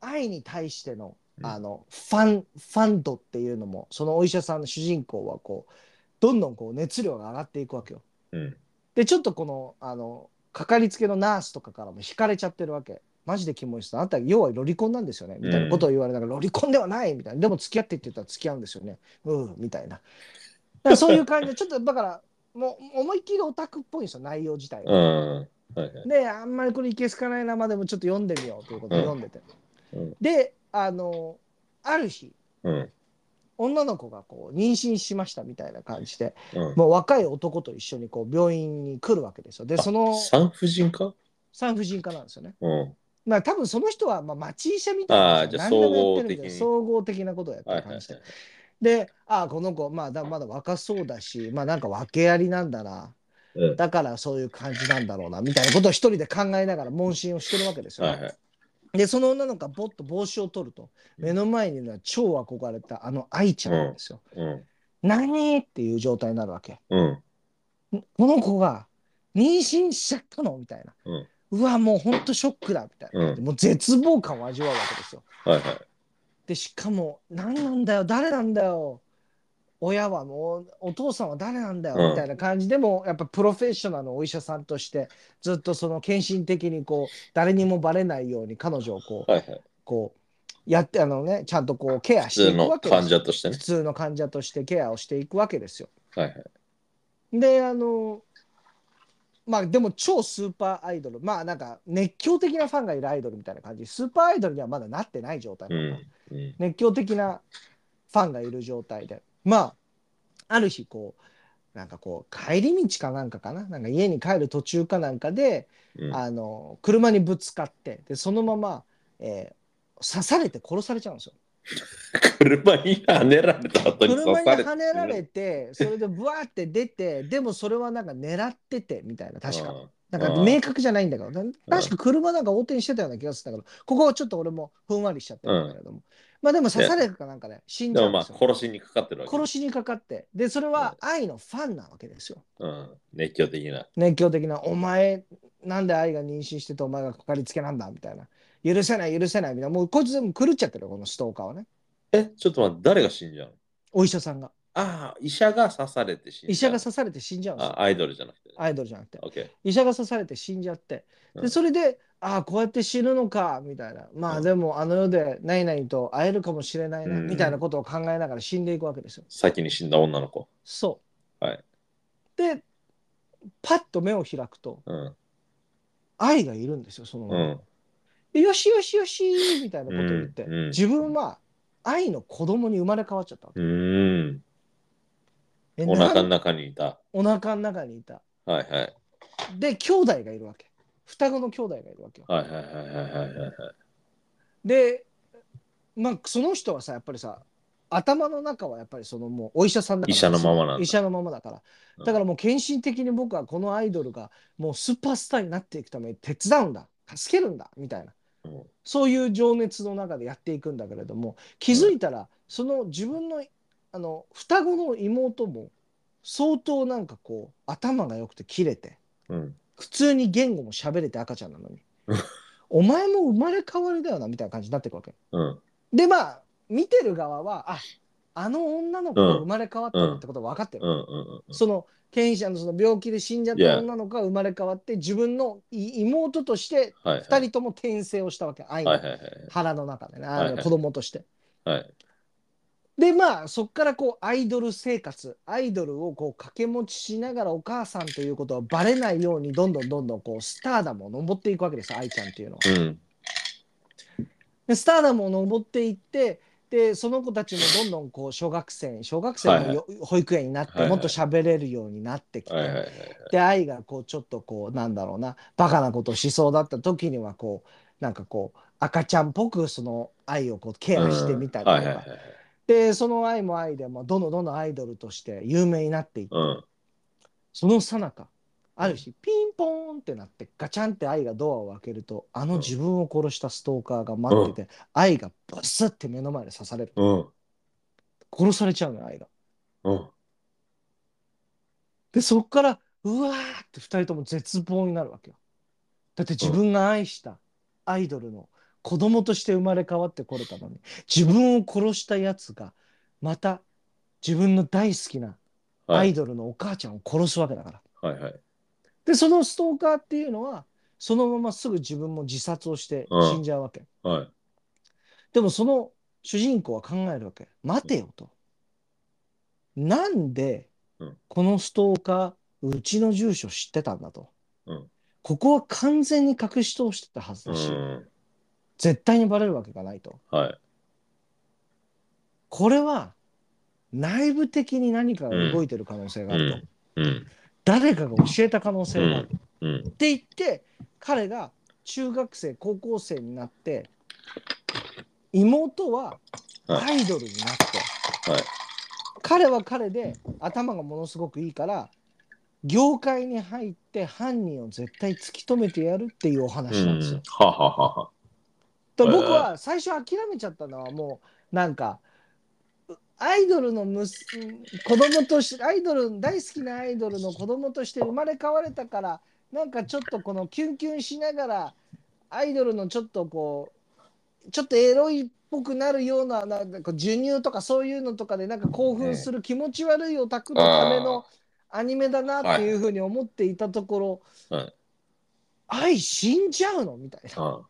S1: 愛に対しての
S2: うん
S1: あのファン、ファンドっていうのもそのお医者さんの主人公はこうどんどんこう熱量が上がっていくわけよ。
S2: うん。
S1: でちょっとこのあのかかりつけのナースとかからも惹かれちゃってるわけ。マジでキモい人あなた要はロリコンなんですよねみたいなことを言われながら、ロリコンではないみたいなでも付き合ってって言ったら付き合うんですよねうんみたいなだからそういう感じでちょっとだからもう思いっきりオタクっぽいんですよ内容自体
S2: う
S1: が、
S2: ん。はいはい。
S1: であんまりこれいけすかないなまあでもちょっと読んでみようということで読んでて、
S2: うん
S1: であのある日
S2: うん。
S1: 女の子がこう妊娠しましたみたいな感じで
S2: うん。
S1: もう若い男と一緒にこう病院に来るわけですよでその
S2: 産婦人科
S1: 産婦人科なんですよね。
S2: うん。
S1: まあ多分その人はまあ町医者みたいな
S2: あーじゃあ
S1: 何でもやってるみたいな
S2: 総
S1: 総合的なことをやって
S2: はい
S1: る
S2: はいは
S1: 感
S2: い
S1: じで。で、ああ、この子、まあだまだ若そうだし、まあなんか訳ありなんだな。
S2: うん。
S1: だからそういう感じなんだろうな、みたいなことを一人で考えながら問診をしてるわけですよ、
S2: はいはい。
S1: で、その女の子がぼっと帽子を取ると、目の前にいるのは超憧れたあの愛ちゃんなんですよ。
S2: うん。
S1: 何っていう状態になるわけ。
S2: うん。
S1: この子が妊娠しちゃったのみたいな。
S2: うん
S1: うわ、もうほんとショックだ、みたいな。
S2: うん。
S1: もう絶望感を味わうわけですよ。
S2: はいはい。
S1: でしかも何なんだよ誰なんだよ親はもうお父さんは誰なんだよ、
S2: うん
S1: みたいな感じでもやっぱプロフェッショナルのお医者さんとしてずっとその献身的にこう誰にもバレないように彼女をこう
S2: はいはい。
S1: こうやってあのねちゃんとこうケア
S2: 普
S1: して
S2: 通
S1: いくわ
S2: の
S1: けです
S2: 患者としてね
S1: 普。通の患者としてケアをしていくわけですよ。
S2: はいはい。
S1: であのまあでも超スーパーアイドルまあなんか熱狂的なファンがいるアイドルみたいな感じスーパーアイドルにはまだなってない状態
S2: う。
S1: なのかなん
S2: うん。
S1: 熱狂的なファンがいる状態でまあある日こうなんかこう帰り道かなんかかななんか家に帰る途中かなんかで、
S2: うん。
S1: あの車にぶつかってでそのまま、えー刺されて殺されちゃうんですよ。
S2: 車に跳ねられた後に
S1: 車
S2: 刺
S1: に
S2: されて
S1: 跳ねられてそれでブワーって出てでもそれはなんか狙っててみたいな確か。なんか明確じゃないんだけど、確か車なんか横転してたような気がするんだけど、ここはちょっと俺もふんわりしちゃってるんだけれども、まあでも刺されるかなんかね、死ん
S2: うん
S1: じ
S2: で
S1: ゃう
S2: も
S1: ん
S2: ま
S1: で
S2: あ
S1: すよ。
S2: 殺しにかかってるわけ。
S1: 殺しにかかってでそれは愛のファンなわけですよ
S2: うん。熱狂的な。
S1: 熱狂的な「お前なんで愛が妊娠しててお前がかかりつけなんだ」みたいな「許せない許せない」みたいなもうこいつでも狂っちゃってるよこのストーカーはね
S2: え、ちょっと待って、誰が死んじゃうの
S1: お医者さんが
S2: ああ、医者が刺されて死んじゃう。
S1: 医者が刺されて死んじゃうんですよ
S2: あアイドルじゃなくてね。
S1: アイドルじゃなくて
S2: オッケー。
S1: 医者が刺されて死んじゃって
S2: う
S1: で
S2: ん
S1: それでああこうやって死ぬのかみたいなま
S2: う
S1: あ
S2: ん
S1: でもあの世で何々と会えるかもしれないな
S2: うん
S1: みたいなことを考えながら死んでいくわけですよ
S2: 先に死んだ女の子。
S1: そう
S2: はい
S1: でパッと目を開くと
S2: うん。
S1: 愛がいるんですよその
S2: う
S1: 中に
S2: ん。
S1: でよしよしよしーみたいなことを言って、
S2: うんうん
S1: 自分は愛の子供に生まれ変わっちゃったわけ
S2: うーん。
S1: え
S2: お腹
S1: な
S2: の
S1: ん
S2: 中にいた。
S1: お腹の中にいた
S2: はいはい。
S1: で兄弟がいるわけ双子の兄弟がいるわけよ
S2: はいはいはいはいはいはい。
S1: でまあその人はさやっぱりさ頭の中はやっぱりそのもうお医者さんだから
S2: 医者のままなんだ
S1: 医者のままだから
S2: うん
S1: だからもう献身的に僕はこのアイドルがもうスーパースターになっていくために手伝うんだ助けるんだみたいな
S2: うん
S1: そういう情熱の中でやっていくんだけれども気づいたらその自分のあの双子の妹も相当なんかこう頭が良くて切れて
S2: うん
S1: 普通に言語も喋れて赤ちゃんなの にお前も生まれ変わりだよなみたいな感じになっていくわけ。
S2: うん
S1: でまあ見てる側はああの女の子が生まれ変わったんだってことは分かってる、
S2: うんうん
S1: その権威者のその病気で死んじゃっ
S2: いや
S1: た女の子が生まれ変わって自分のい妹として
S2: はいはい
S1: 2人とも転生をしたわけ愛
S2: は
S1: の
S2: いはいはい
S1: 腹の中でね、
S2: はい
S1: あ
S2: は
S1: の
S2: い
S1: 子供として。
S2: はい
S1: でまあそっからこうアイドル生活アイドルをこう掛け持ちしながらお母さんということはバレないようにどんどんどんどんこうスターダムを登っていくわけです愛ちゃんっていうのは。
S2: うん
S1: でスターダムを登っていってでその子たちもどんどんこう小学生小学生のよ保育園になっ
S2: はいは
S1: て
S2: い
S1: もっと喋れるようになってきて、
S2: はいはいはい
S1: で愛がこうちょっとこうなんだろうなバカなことをしそうだった時にはこうなんかこう赤ちゃんっぽくその愛をこうケアしてみたりとか、
S2: うんはいはいはいはい
S1: でその愛も愛で、まあ、どんどんどんどんアイドルとして有名になっていって、
S2: うん
S1: その最中ある日ピンポーンってなってガチャンって愛がドアを開けるとあの自分を殺したストーカーが待ってて、愛がバスって目の前で刺される
S2: うん
S1: 殺されちゃうのよ愛が
S2: うん
S1: でそっからうわーって2人とも絶望になるわけよだって自分が愛したアイドルの子供として生まれ変わってこれたのに自分を殺したやつがまた自分の大好きなア
S2: は
S1: イ
S2: い
S1: ドルのお母ちゃんを殺すわけだから
S2: はいはい
S1: でそのストーカーっていうのはそのまますぐ自分も自殺をして
S2: うん
S1: 死んじゃうわけ、
S2: はい
S1: でもその主人公は考えるわけ待てよと、なんで
S2: うん
S1: このストーカーうちの住所知ってたんだと、
S2: うん
S1: ここは完全に隠し通してたはず
S2: う
S1: だし、
S2: ん
S1: 絶対にバレるわけがないと
S2: はい
S1: これは内部的に何かが動いてる可能性があると、
S2: うん
S1: 誰かが教えた可能性がある、
S2: うん
S1: って言って彼が中学生高校生になって妹はアイドルになって、
S2: はい
S1: 彼は彼で頭がものすごくいいから業界に入って犯人を絶対突き止めてやるっていうお話なんですよ。
S2: はははは。
S1: だから
S2: はい
S1: 僕は最初諦めちゃったのはもうなんかうアイドルのむす子供としてアイドル大好きなアイドルの子供として生まれ変われたからなんかちょっとこのキュンキュンしながらアイドルのちょっとこうちょっとエロいっぽくなるようななんかこう授乳とかそういうのとかでなんか興奮する気持ち悪いオタクのためのアニメだなっていうふうに思っていたところ、
S2: はい
S1: 愛死んじゃうのみたいな。
S2: あ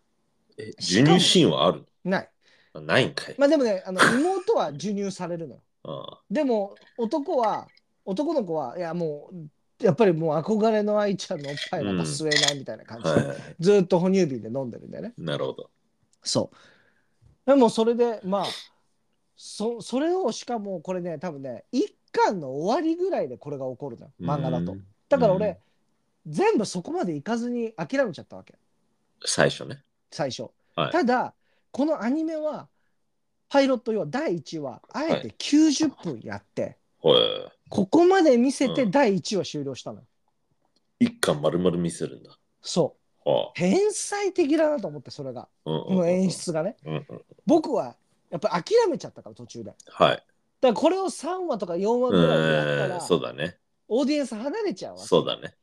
S2: え、授乳シーンはある
S1: ない
S2: あないんかい。
S1: まあでもね、あの妹は授乳されるのよ。
S2: あ
S1: でも男は、男の子は、いやもう、やっぱりもう憧れの愛ちゃんのおっぱいなんか吸えないみたいな感じで、
S2: はいはい。
S1: ずーっと哺乳瓶で飲んでるんだよね。
S2: なるほど。
S1: そう。でもそれで、まあ、そそれをしかもこれね、多分ね、一巻の終わりぐらいでこれが起こるのよ、漫画だ
S2: う
S1: と
S2: ん。。
S1: だから
S2: うん
S1: 俺、全部そこまでいかずに諦めちゃったわけ。
S2: 最初ね。
S1: 最初、
S2: はい
S1: ただこのアニメはパイロット要は第1話あえて90分やって、
S2: ほい。
S1: ここまで見せ
S2: う
S1: て
S2: ん
S1: 第1話終了したの、
S2: 一巻丸々見せるんだ。
S1: そう
S2: は
S1: 天才的だなと思ってそれが
S2: あ。うん
S1: この演。出がね
S2: うんうん。
S1: 僕はやっぱり諦めちゃったから途中でだか
S2: はい。
S1: らこれを3話とか4話
S2: う
S1: ぐらいでやった
S2: ー
S1: ら
S2: ん。そうだね。
S1: オーディエンス離れちゃうわけ
S2: そうだね。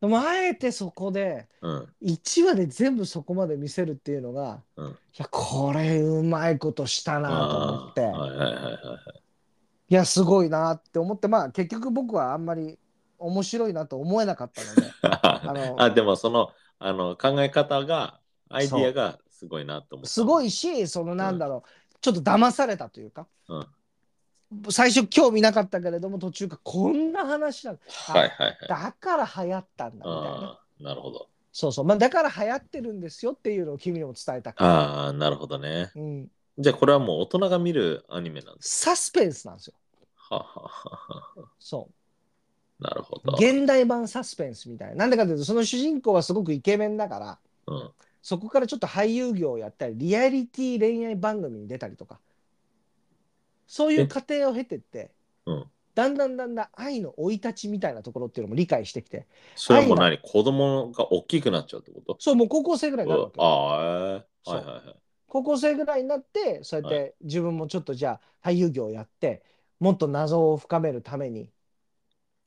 S1: でもあえてそこで
S2: うん。
S1: 1話で全部そこまで見せるっていうのが、
S2: うん
S1: いやこれうまいことしたなと思って、
S2: あーはいはいはいはい。
S1: いやすごいなって思ってまあ結局僕はあんまり面白いなと思えなかったので
S2: あ
S1: の
S2: でもそのあの考え方が、アイディアがすごいなと思った。
S1: すご
S2: い。
S1: いしそのなんだろう、ちょっと騙されたというか、
S2: うん
S1: 最初興味なかったけれども途中からこんな話なんだ
S2: はいはいはい。
S1: だから流行ったんだみたいな
S2: ああ、なるほど。
S1: そうそう、まあ、だから流行ってるんですよっていうのを君にも伝えたから、
S2: ああ、なるほどね。
S1: うん、
S2: じゃあこれはもう大人が見るアニメなんです。
S1: サスペンスなんですよ
S2: はあはあはあはあ。
S1: そう
S2: なるほど。
S1: 現代版サスペンスみたいななんでかというとその主人公はすごくイケメンだから
S2: うん、
S1: そこからちょっと俳優業をやったりリアリティ恋愛番組に出たりとかそういう過程を経てって、
S2: うん
S1: だんだんだんだん愛の生い立ちみたいなところっていうのも理解してきて
S2: それはもう何子供が大きくなっちゃうってこと
S1: そうもう高校生ぐらいになるわけよ
S2: ああ、えーはいはいはい。
S1: 高校生ぐらいになってそうやっ
S2: は
S1: て自分もちょっとじゃあ俳優業やってもっと謎を深めるために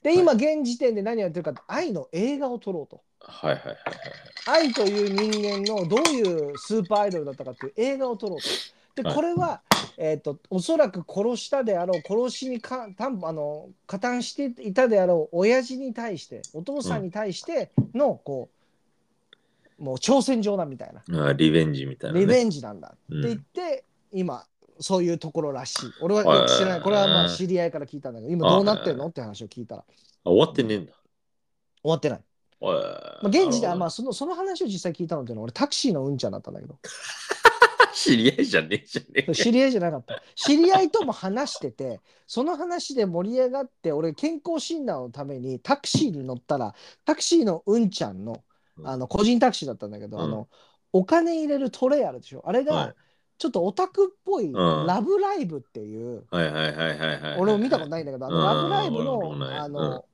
S1: で今現時点で何やってるかって愛の映画を撮ろうと
S2: はいはいはいはい。
S1: 愛という人間のどういうスーパーアイドルだったかっていう映画を撮ろうと。で
S2: はい
S1: これは、えー、とおそらく殺したであろう殺しにかたんあの加担していたであろう親父に対してお父さんに対しての、こうもう挑戦状だみたいな
S2: あーリベンジみたいな、ね。
S1: リベンジなんだ
S2: う
S1: っ
S2: ん
S1: て言って、今そういうところらしい俺はよく知らな
S2: はいい
S1: これはまあ知り合いから聞いたんだけど今どうなってるのって話を聞いたら
S2: あ終わってねえんだ。
S1: 終わってない、
S2: ま
S1: まあ、現時点はまあ
S2: あ、
S1: そのその話を実際聞いたのっていうのは俺タクシーのうんちゃんだったんだけど
S2: 知り合いじゃねえじゃねえか。
S1: 知り合いじゃなかった知り合いとも話しててその話で盛り上がって俺健康診断のためにタクシーに乗ったらタクシーのうんちゃんの
S2: うん
S1: あの個人タクシーだったんだけど、
S2: うん
S1: あのお金入れるトレイあるでしょあれ
S2: はい
S1: がちょっとオタクっぽい「
S2: ん
S1: ラブライブ」っていう
S2: はいはいはいはいはい。
S1: 俺も見たこと
S2: い。
S1: ないんだけど、あ
S2: うん
S1: のラブライブ
S2: 俺も
S1: の、
S2: ない
S1: あの、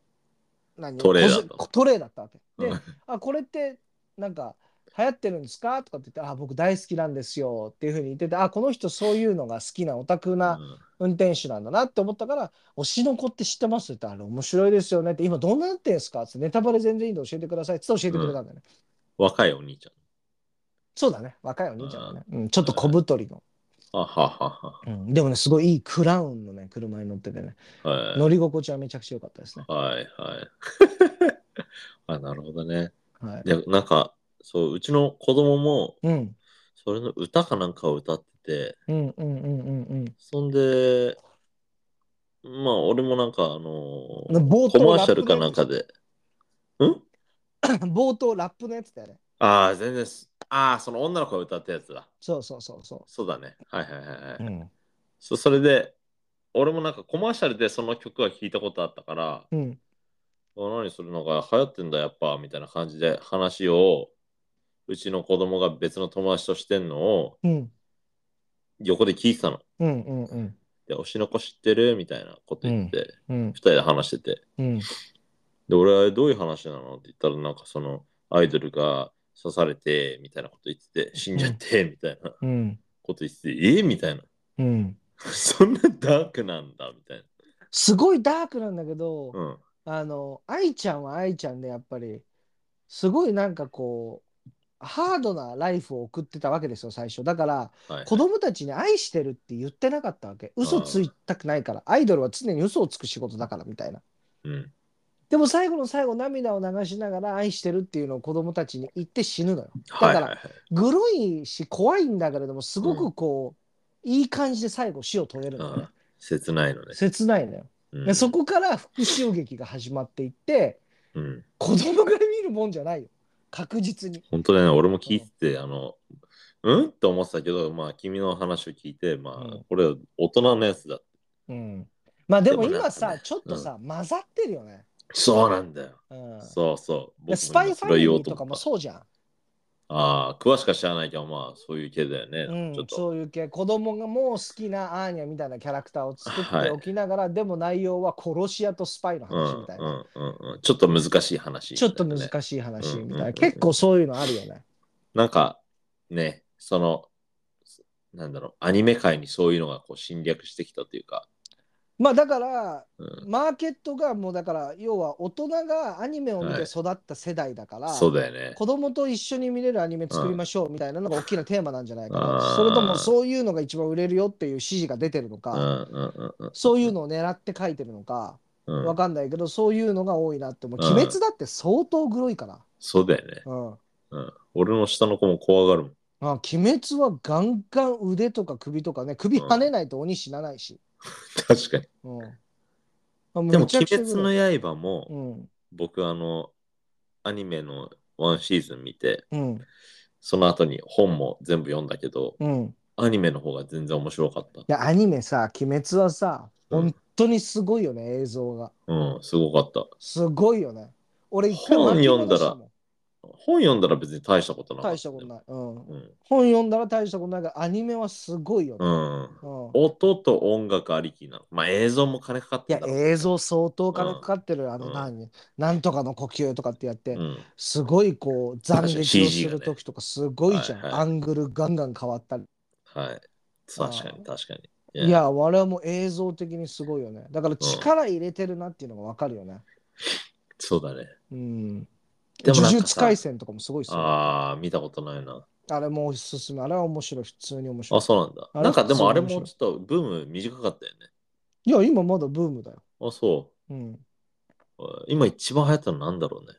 S1: 何
S2: トレーだった
S1: こずトレーだったわけ。で、
S2: うん
S1: あ、これって、なんか、流行ってるんですかとかって言って、あ、僕大好きなんですよっていうふうに言ってて、あ、この人そういうのが好きなオタクな運転手なんだなって思ったから、推しの子って知ってますって言って、あれ面白いですよねって、今どうなってんすかってネタバレ全然いいんで教えてくださいって言って教えてくれたんだよね。
S2: 若いお兄ちゃん。
S1: そうだね、若いお兄ちゃんだね。うん、ちょっと小太りの。
S2: あはは
S1: うん、でもね、すごいいいクラウンのね、車に乗っててね、
S2: はは。
S1: 乗り心地はめちゃくちゃ良かったですね。
S2: はい はいはい。あ、なるほどね。
S1: はい。
S2: で、なんか、そう、うちの子供も、
S1: うん。
S2: それの歌かなんかを歌ってて、
S1: うんうんうんうん
S2: そんで、まあ、俺もなんか、あの
S1: うん。冒
S2: コ
S1: 頭
S2: マーシャルかなんかで。ん
S1: ラップのやつ 冒頭ラップのやつだよね。
S2: ああ、全然す。ああ、その女の子が歌ったやつだ。
S1: そうそうそうそ
S2: そうだね。はいはいはいはい。
S1: う。うん。
S2: そそれで、俺もなんかコマーシャルでその曲は聴いたことあったから、
S1: うん。
S2: あ何それなんか流行ってんだやっぱみたいな感じで話を、うちの子供が別の友達としてんのを
S1: うん。
S2: 横で聞いてたの。
S1: うんうんうん。
S2: で、推しの子知ってるみたいなこと言って、
S1: うん
S2: 二人で話してて。
S1: うん。
S2: で、俺はどういう話なのって言ったら、なんかそのアイドルが刺されて、みたいなこと言ってて、死んじゃって、みたいな
S1: うん。
S2: こと言ってて、えみたいな。
S1: うん。
S2: そんなダークなんだ、みたいな。
S1: すごいダークなんだけど、
S2: うん。
S1: あの、愛ちゃんは愛ちゃんでやっぱり、すごいなんかこう、ハードなライフを送ってたわけですよ、最初。だから、
S2: はい。
S1: 子供たちに愛してるって言ってなかったわけ。嘘ついたくないから。アイドルは常に嘘をつく仕事だからみたいな。
S2: うん。
S1: でも最後の最後涙を流しながら愛してるっていうのを子供たちに言って死ぬのよ。
S2: はい
S1: だ
S2: は
S1: か
S2: いはい
S1: ら。グロいし怖いんだけれどもすごくこう、いい感じで最後死を遂げるのよね。
S2: 切ないのね。
S1: 切ないのよ。
S2: うん
S1: でそこから復讐劇が始まっていって
S2: うん。
S1: 子供が見るもんじゃないよ確実に。
S2: 本当だね、俺も聞いてて、あの、うんって思ってたけど、まあ、君の話を聞いて、
S1: う
S2: まあ
S1: ん、
S2: これ、大人のやつだ。
S1: うん、まあでも
S2: でもなん
S1: 今
S2: か
S1: さ、
S2: ね
S1: ちょっとさ、混ざってるよね。
S2: そうなんだよ。
S1: うん、
S2: そうそう。僕も
S1: でスパイ
S2: 今
S1: フ
S2: そ
S1: ァ
S2: れ
S1: ミリ
S2: 言お
S1: ー
S2: うと
S1: とか
S2: 思
S1: も
S2: った。
S1: そうじゃん。
S2: ああ、詳しくは知らないけど、まあ、そういう系だよね。
S1: うん
S2: ちょっ、と。
S1: そういう系子供がもう好きなアーニャみたいなキャラクターを作っ
S2: は
S1: て
S2: い
S1: おきながら、でも内容は殺し屋とスパイの
S2: うん
S1: 話みたいな、
S2: うんうんうん、ちょっと難しい話、
S1: ちょっと
S2: い。
S1: 難しい話みたいな、
S2: うんうんうん
S1: 結構そういうのあるよね
S2: なんか、ね、その、なんだろう、アニメ界にそういうのがこう侵略してきたというか、
S1: まあだから
S2: うん、
S1: マーケットがもうだから要は大人がアニメを見
S2: は
S1: て
S2: い
S1: 育った世代だから、
S2: そうだよね。
S1: 子供と一緒に見れるアニメ作りましょうみたいなのが大きなテーマなんじゃないかな、
S2: うん
S1: それともそういうのが一番売れるよっていう指示が出てるの
S2: うん
S1: か、
S2: うんうんうん
S1: そういうのを狙って書いてるのか
S2: うん
S1: わかんないけどそういうのが多いなってもう
S2: うん
S1: 鬼滅だって相当グロいから。
S2: そうだよね。
S1: うん
S2: うん、俺の下の子も怖がるもん。
S1: あ、鬼滅はガンガン腕とか首とかね、首跳ねないと鬼死なないし。
S2: 確かに。
S1: うん。
S2: でも、
S1: めちゃ
S2: 鬼
S1: くちゃ
S2: 滅の刃も、
S1: うん。
S2: 僕、あの、アニメのワンシーズン見て、
S1: うん。
S2: その後に本も全部読んだけど、
S1: うん。い
S2: アニメの方が全然面白かった。
S1: や、アニメさ、鬼滅はさ、
S2: うん
S1: 本当にすごいよね、映像が。
S2: うん、すごかった。
S1: すごいよね。俺一回
S2: 本
S1: 巻き
S2: 読んだ
S1: 戻
S2: ら
S1: したもん
S2: 本読んだら別に大したことなかった。
S1: 大したことない。うん。
S2: うん。
S1: 本読んだら大したことないが、アニメはすごいよ
S2: う
S1: ね。
S2: ん。
S1: うん。
S2: 音と音楽ありきなの。まあ映像も金かかっ
S1: い
S2: て
S1: や
S2: んだろう
S1: 映像相当金かかってる、あ
S2: う
S1: の
S2: ん
S1: 何、なんとかの呼吸とかってやって、
S2: うん。
S1: すごいこう斬
S2: 確かに
S1: 撃を
S2: CG
S1: する時とかすごいじゃん、
S2: はいはい
S1: アングルガンガン変わったり、
S2: はい。確かに、確かに。
S1: い、や我々も映像的にすごいよねだから力入れてるなっていうのが分かるよね
S2: そうだね。
S1: うん
S2: でもなんかさ
S1: 呪術廻戦とかもすごいっすよ
S2: ああ、見たことないな。
S1: あれもおすすめあれは面白い普通に面白
S2: あ、
S1: い
S2: そうなんだ。
S1: あれ
S2: なんかでもあれも
S1: 普通
S2: ち
S1: に
S2: ょ
S1: 面
S2: っとブーム短かったよね。
S1: いや今まだブームだよ、
S2: あ、そ
S1: うん、
S2: う。今一番流行ったのなんだろうね。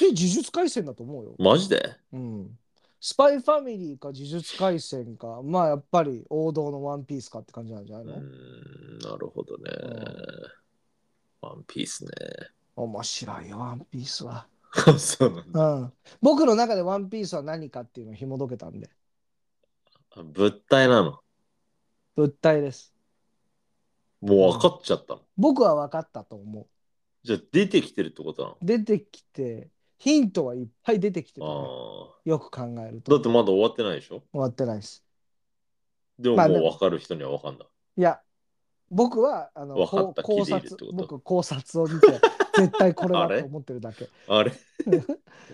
S1: え呪術廻戦だと思うよ、
S2: マジで
S1: うん、スパイファミリーか呪術廻戦かまあやっぱり王道のワンピースかって感じなんじゃないうの、
S2: ーん、なるほどね
S1: うん。
S2: ワンピースね。
S1: 面白いよワンピースは、
S2: そうなんだ。
S1: うん、僕の中でワンピースは何かっていうのを紐解けたんで
S2: あ物体なの。
S1: 物体です
S2: もう分かっちゃったの。
S1: 僕は分かったと思
S2: じゃあ出てきてるってことなの
S1: う出てきてヒントはいっぱい出てきてたね、
S2: あ
S1: よく考える
S2: あ。だ
S1: と
S2: ってまだ終わってないでしょ
S1: 終わってないです
S2: でも
S1: まあ
S2: もう
S1: でも
S2: 分かる人には分かんない。
S1: いや僕はあの
S2: 分かった
S1: こう考
S2: 聞いてい
S1: 察
S2: るってこと
S1: 僕は考察を 見て絶対これだ
S2: あれ
S1: と思ってるだけ
S2: あ れ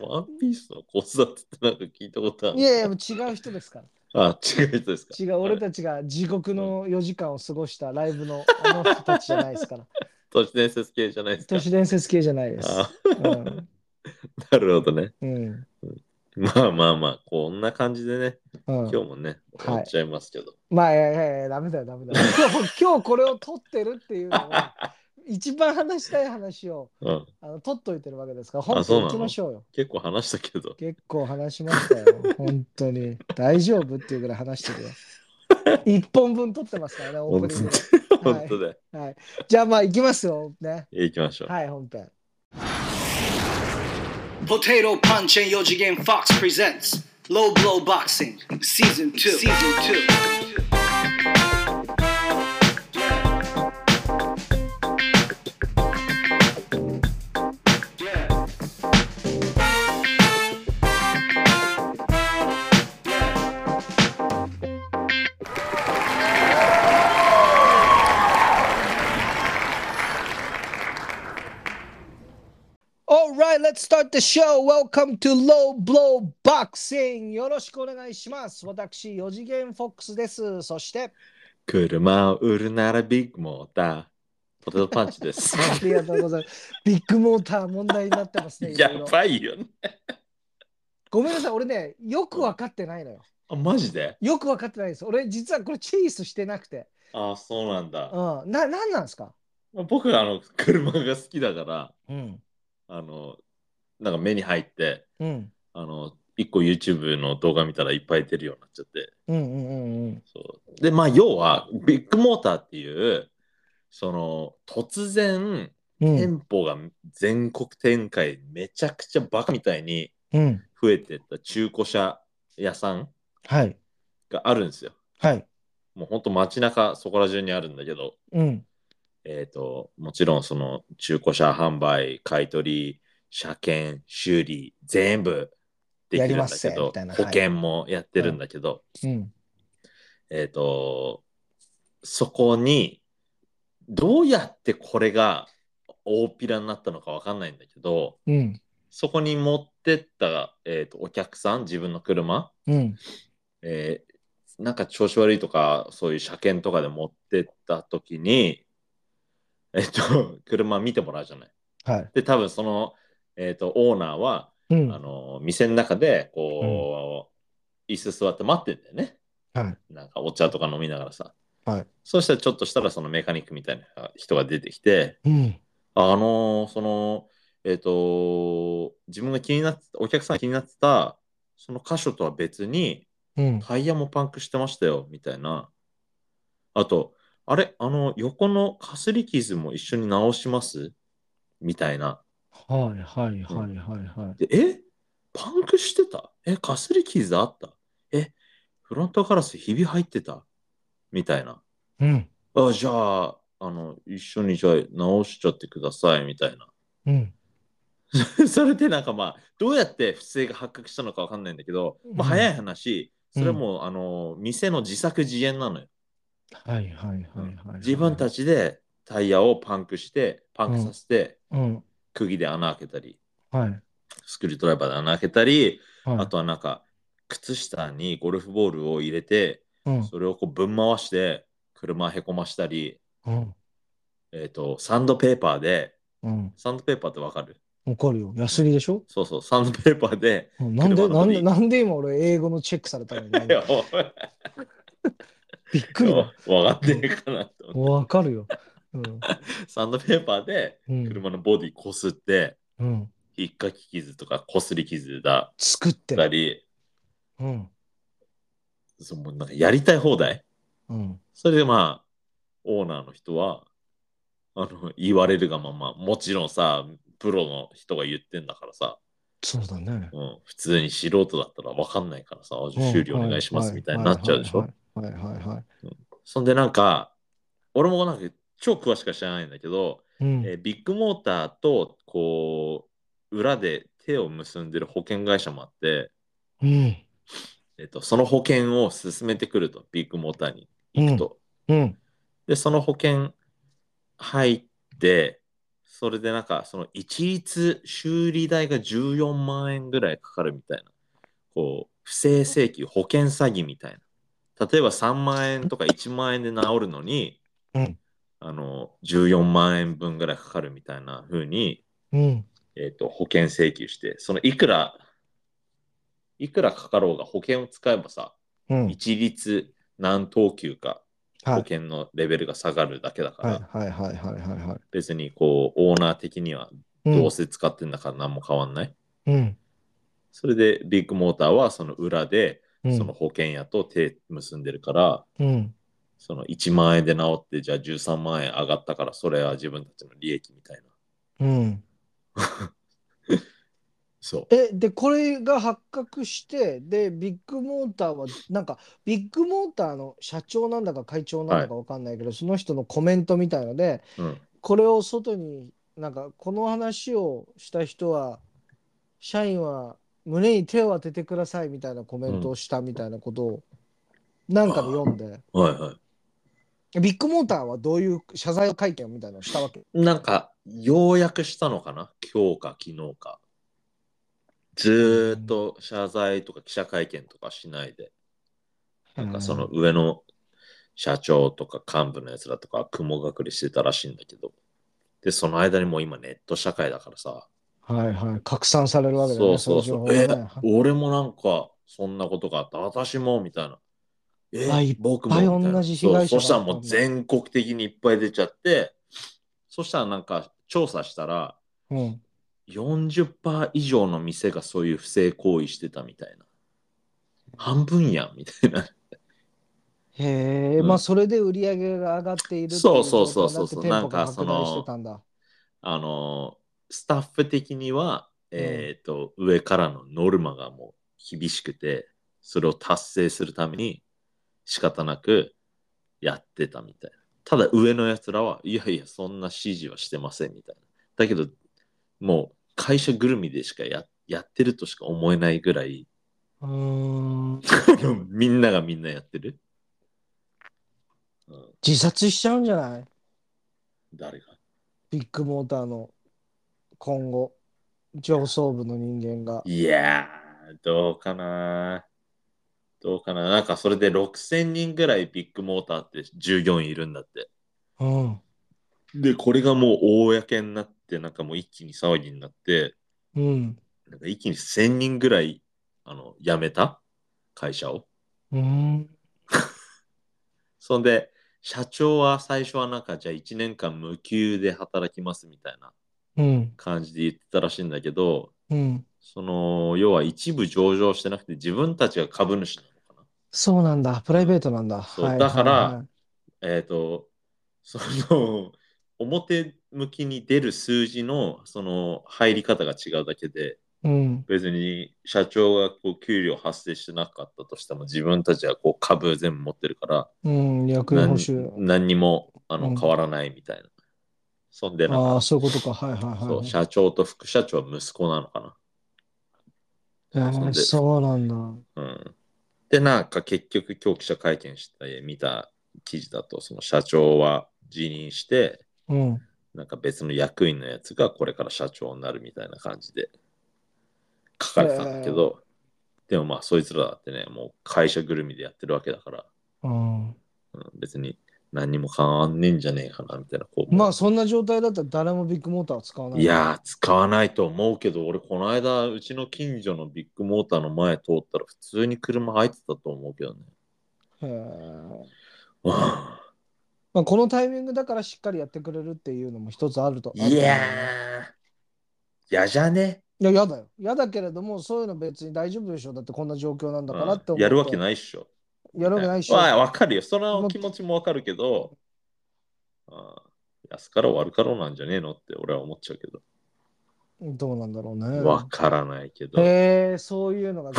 S2: ワンピースの考察ってなんか聞いたことある
S1: いやいや違う人ですから
S2: あ、違う人ですか。
S1: 違う俺たちが地獄の4時間を過ごしたライブのあの人たちじゃないです から
S2: 都市伝説系じゃないですか
S1: 都。市伝説系じゃないです
S2: あ
S1: うん
S2: ーなるほどね。
S1: うん
S2: まあまあまあ、こんな感じでね、
S1: うん
S2: 今日もね、終わっちゃいますけど。
S1: まあいやいやいやダメだよダメだ よ今日今日これを撮ってるっていうのは一番話したい話を
S2: うん、
S1: あの撮っといてるわけですから
S2: あ
S1: 本
S2: そう
S1: 当に
S2: なの
S1: 行きましょうよ
S2: 結構話したけど。
S1: 結構話しましたよ本当に大丈夫っていうぐらい話してるよ一本分撮ってますからねオー
S2: 本
S1: プニ ングで
S2: 当
S1: はい
S2: 本当だよ。
S1: じゃあまあ行きますよね
S2: 行きましょう。
S1: はい本編
S3: Potato Punch and Yojigen Fox presents Low Blow Boxing Season 2. Season 2.
S1: Alright, let's start the show. Welcome to Low Blow Boxing. よろしくお願いします。私、四次元フォックスです。そして、
S2: 車を売るならビッグモーター。ポテトパンチです。
S1: ありがとうございます。ビッグモーター問題になってますね。い
S2: や
S1: ろいろ
S2: ばいよね。
S1: ごめんなさい、俺ね、よく分かってないのよ。
S2: あ、マジで
S1: よく分かってないです。俺、実はこれチェイスしてなくて。
S2: あ、そうなんだ。
S1: うん。な、なんなんですか
S2: まあ僕はあの、車が好きだから、
S1: うん。
S2: あの、なんか目に入って、
S1: うん。
S2: あの、一個 YouTube の動画見たらいっぱい出るようになっちゃって。
S1: うんうんうんうん。
S2: そうで、まあ、要は、ビッグモーターっていう、その、突然、
S1: うん。
S2: 店舗が全国展開、めちゃくちゃバカみたいに
S1: うん。
S2: 増えてった中古車屋さん
S1: はい。
S2: があるんですよ。
S1: はい。
S2: もうほんと街中、そこら中にあるんだけど、
S1: うん。
S2: えっ、と、もちろんその中古車販売、買取、車検、修理、全部できるんだけ
S1: やりますよ
S2: ど
S1: みたい、なはい
S2: 保険もやってるんだけど、
S1: うん。
S2: えっ、と、そこに、どうやってこれが大ピラになったのかわかんないんだけど、
S1: うん。
S2: そこに持ってった、えー、とお客さん、自分の車、
S1: うん。
S2: えーなんか調子悪いとか、そういう車検とかで持ってった時に、えっ、と、車見てもらうじゃない。
S1: はい。
S2: で、多分その、えー、とオーナーは、
S1: うん
S2: あ。の店の中で、こう、椅子座って待ってんだよね。
S1: はい。
S2: なんかお茶とか飲みながらさ。
S1: はい。
S2: そしたらちょっとしたらそのメカニックみたいな人が出てきて、
S1: うん。
S2: ああのーその、えっ、と自分が気になってた、お客さんが気になってた、その箇所とは別に、
S1: うん。
S2: タイヤもパンクしてましたよ、みたいな。あと、あれ、あの、横のかすり傷も一緒に直しますみたいな。
S1: はい。はい。はい。はい。はい。
S2: で、えパンクしてたえ、かすり傷あったえ、フロントガラスひび入ってたみたいな。
S1: うん。
S2: あ、じゃあ、あの、一緒にじゃあ直しちゃってください、みたいな。
S1: うん。
S2: それでなんかまあ、どうやって不正が発覚したのかわかんないんだけど、まあ
S1: うん
S2: 早い話、それはもう、あの、店の自作自演なのよ。
S1: はいはいはいはい。
S2: 自分た
S1: ち。
S2: ちでタイヤをパンクして、パンクさせて、
S1: うん。
S2: 釘で穴開けたり、
S1: はい。
S2: スクリュードライバーで穴開けたり、
S1: はい、
S2: あとはなんか、靴下にゴルフボールを入れて、
S1: うん、
S2: それをこうぶん回して、車へこましたり、
S1: うん。
S2: えっ、と、サンドペーパーで、
S1: うん。
S2: サンドペーパーってわかる
S1: わかるよ。ヤスリでしょ
S2: そうそう、サンドペーパーで、
S1: うんなんで、
S2: 車
S1: な
S2: の
S1: ん
S2: ボディ
S1: で、なんで今俺英語のチェックされたの
S2: いや
S1: び
S2: おい
S1: っくりだ。
S2: わかってねえかなと思っ
S1: わかるよ。うん。
S2: て。サンドペーパーで
S1: うん。
S2: 車のボディこすって、
S1: うん。
S2: ひっかき傷とかこすり傷だ
S1: 作って
S2: った
S1: る。
S2: り、
S1: うん。
S2: そうもうなんかやりたい放題。
S1: うん。
S2: それでまあ、オーナーの人は、あの、言われるがまま、もちろんさ、プロの人が言ってんだからさ、
S1: そうだね。
S2: うん、普通に素人だったらわかんないからさ、あじゃあ修理お願いしますみたいになっちゃうでしょ。
S1: はいはいはいはい。
S2: そんでなんか、俺もなんか超詳しくは知らないんだけど、
S1: うん。
S2: えービッグモーターとこう裏で手を結んでる保険会社もあって、
S1: うん。
S2: えっとその保険を進めてくるとビッグモーターに行くと、
S1: うん。
S2: でその保険入ってそれでなんかその一律修理代が14万円ぐらいかかるみたいなこう不正請求保険詐欺みたいな例えば3万円とか1万円で治るのに、
S1: うん
S2: あの14万円分ぐらいかかるみたいな風に
S1: うん。
S2: えっと保険請求して、そのいくら、いくらかかろうが保険を使えばさ、
S1: うん。
S2: 一律何等級か保
S1: はい。
S2: 険のレベルが下がるだけだから、
S1: はいはいはいはいはいはい。
S2: 別にこうオーナー的には
S1: うん
S2: どうせ使ってんだから何も変わんない。
S1: うん。
S2: それでビッグモーターはその裏で
S1: うん
S2: その保険屋と手結んでるから、
S1: うん。
S2: その1万円で治ってじゃあ13万円上がったからそれは自分たちの利益みたいな。
S1: うん。
S2: そう。
S1: え、で、これが発覚して、で、ビッグモーターは、なんか、ビッグモーターの社長なんだか会長なんだかわかんないけど、その人のコメントみたいので、
S2: うん、
S1: これを外に、なんか、この話をした人は、社員は胸に手を当ててくださいみたいなコメントをしたみたいなことを、なんかで読んで、
S2: はいはい。
S1: ビッグモーターはどういう謝罪会見みたいなのをしたわけ
S2: なんか、ようやくしたのかな今日か昨日か。ずーっと謝罪とか記者会見とかしないで、なんかその上の社長とか幹部のやつらとか雲隠れしてたらしいんだけど、で、その間にもう今ネット社会だからさ、
S1: はいはい、拡散されるわけだよ
S2: そ
S1: ね、
S2: うそうそ
S1: の情報
S2: う、
S1: がね
S2: えー俺もなんかそんなことがあった、私もみたいな。えー
S1: あいっぱい
S2: 僕もみたいな
S1: 同じ被害者が
S2: そうそしたらもう全国的にいっぱい出ちゃって、そしたらなんか調査したら、
S1: うん。
S2: 40%以上の店がそういう不正行為してたみたいな。半分やんみたいな。
S1: へえ、
S2: うん
S1: まあそれで売り上げが上がっているってい
S2: そうそうそうそう
S1: 状態になって
S2: なんかその
S1: 店舗が拡大してたんだ。
S2: あのー、スタッフ的には、えっ、と、上からのノルマがもう厳しくて、それを達成するために仕方なくやってたみたいな。ただ上のやつらは、いやいや、そんな指示はしてませんみたいな。だけど、もう会社ぐるみでしかややってるとしか思えないぐらい、
S1: うーん。
S2: みんながみんなやってる。うん
S1: 自殺しちゃうんじゃない
S2: 誰が
S1: ビッグモーターの今後、上層部の人間が。
S2: いやー、どうかなどうかななんかそれで6000人ぐらいビッグモーターって従業員いるんだって。
S1: うん。
S2: で、これがもう公になって、なんかもう一気に騒ぎになって、
S1: うん。
S2: なんか一気に1000人ぐらいあの辞めた会社を。
S1: うん。
S2: そんで、社長は最初はなんかじゃあ1年間無給で働きますみたいな
S1: うん。
S2: 感じで言ってたらしいんだけど、
S1: うん。
S2: その要は一部上場してなくて自分たちが株主なのかな
S1: そうなんだ。プライベートなんだ。
S2: そう
S1: はい
S2: だから
S1: はいはい
S2: えっ、と、その、 表向きに出る数字の、その、入り方が違うだけで、
S1: うん。
S2: 別に社長がこう給料発生してなかったとしても、自分たちはこう株全部持ってるから、
S1: うん。役員報酬。
S2: 何何にもあの
S1: うん
S2: 変わらないみたいな。そんでなんか
S1: ああ、そういうことか。はいはいはい。
S2: そう社長と副社長は息子なのか
S1: えー
S2: そうで
S1: そうなんだ。
S2: な。うん。で、なんか結局今日記者会見して見た記事だと、その社長は辞任して、
S1: うん。
S2: なんか別の役員のやつがこれから社長になるみたいな感じで書かれてたんだけど、でもまあそいつらだってね、もう会社ぐるみでやってるわけだから、
S1: うん、
S2: うん、別に何にも変わんねえんじゃねえかなみたいな。こう
S1: まあそんな状態だったら誰もビッグモーターは使わない。
S2: いやー、使わないと思うけど、俺、この間、うちの近所のビッグモーターの前通ったら、普通に車入ってたと思うけどね。
S1: へー
S2: うん
S1: まあ、このタイミングだからしっかりやってくれるっていうのも一つあると。
S2: いや
S1: ある
S2: ー、嫌じゃね
S1: と思ういや、やだよ。やだけれども、そういうの別に大丈夫でしょ。だってこんな状況なんだからって
S2: う
S1: 思
S2: ん
S1: う
S2: やるわけ
S1: い。
S2: ないっしょ。
S1: やるわけないし。
S2: まあわかるよ。その気持ちもわかるけど、あ安かろう悪かろうなんじゃねえのって俺は思っちゃうけど。
S1: どうなんだろうね。
S2: わからないけど。
S1: へえ、そういうのが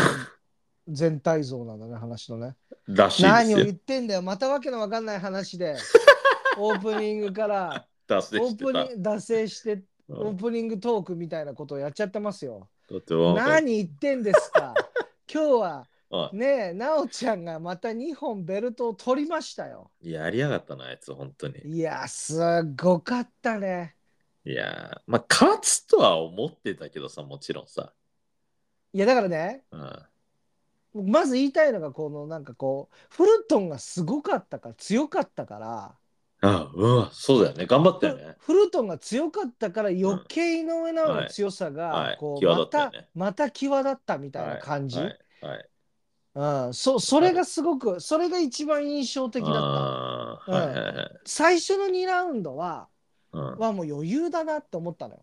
S1: 全 全体像なんだね、話のね。
S2: らしい
S1: 何
S2: で
S1: を
S2: す
S1: 言
S2: よ。
S1: ってんだよ。またわけのわかんない話 で。オープニングから、
S2: 脱線
S1: オ
S2: し
S1: ー
S2: て
S1: プ
S2: た。
S1: ニング、脱線して、
S2: う
S1: オー
S2: ん
S1: プニングトークみたいなことをやっちゃってますよ。
S2: だってわかる
S1: 何言ってんですか 今日は
S2: あ
S1: ねえ、なおちゃんがまた2本ベルトを取りましたよ。
S2: やりやがったな、あいつ、本当に。
S1: いや、すごかったね。
S2: いやー、まあ、勝つとは思ってたけどさ、もちろんさ。
S1: いや、だからね、
S2: うん、
S1: まず言いたいのが、このなんかこう、フルトンがすごかったから、強かったから、
S2: あうん、そうだよね。頑張ったよ
S1: フ
S2: ね。
S1: フルトンが強かったから余計井上尚弥の強さ
S2: うんは
S1: が
S2: い
S1: こう
S2: 際
S1: ま
S2: 立ったよ
S1: た
S2: ね
S1: また際立ったみたいな感じ、
S2: はいはいはい
S1: うん、そそれがすごくそれが一番印象的だった
S2: あーはいはいはい
S1: 最初の2ラウンドは
S2: うん
S1: はもう余裕だなって思ったのよ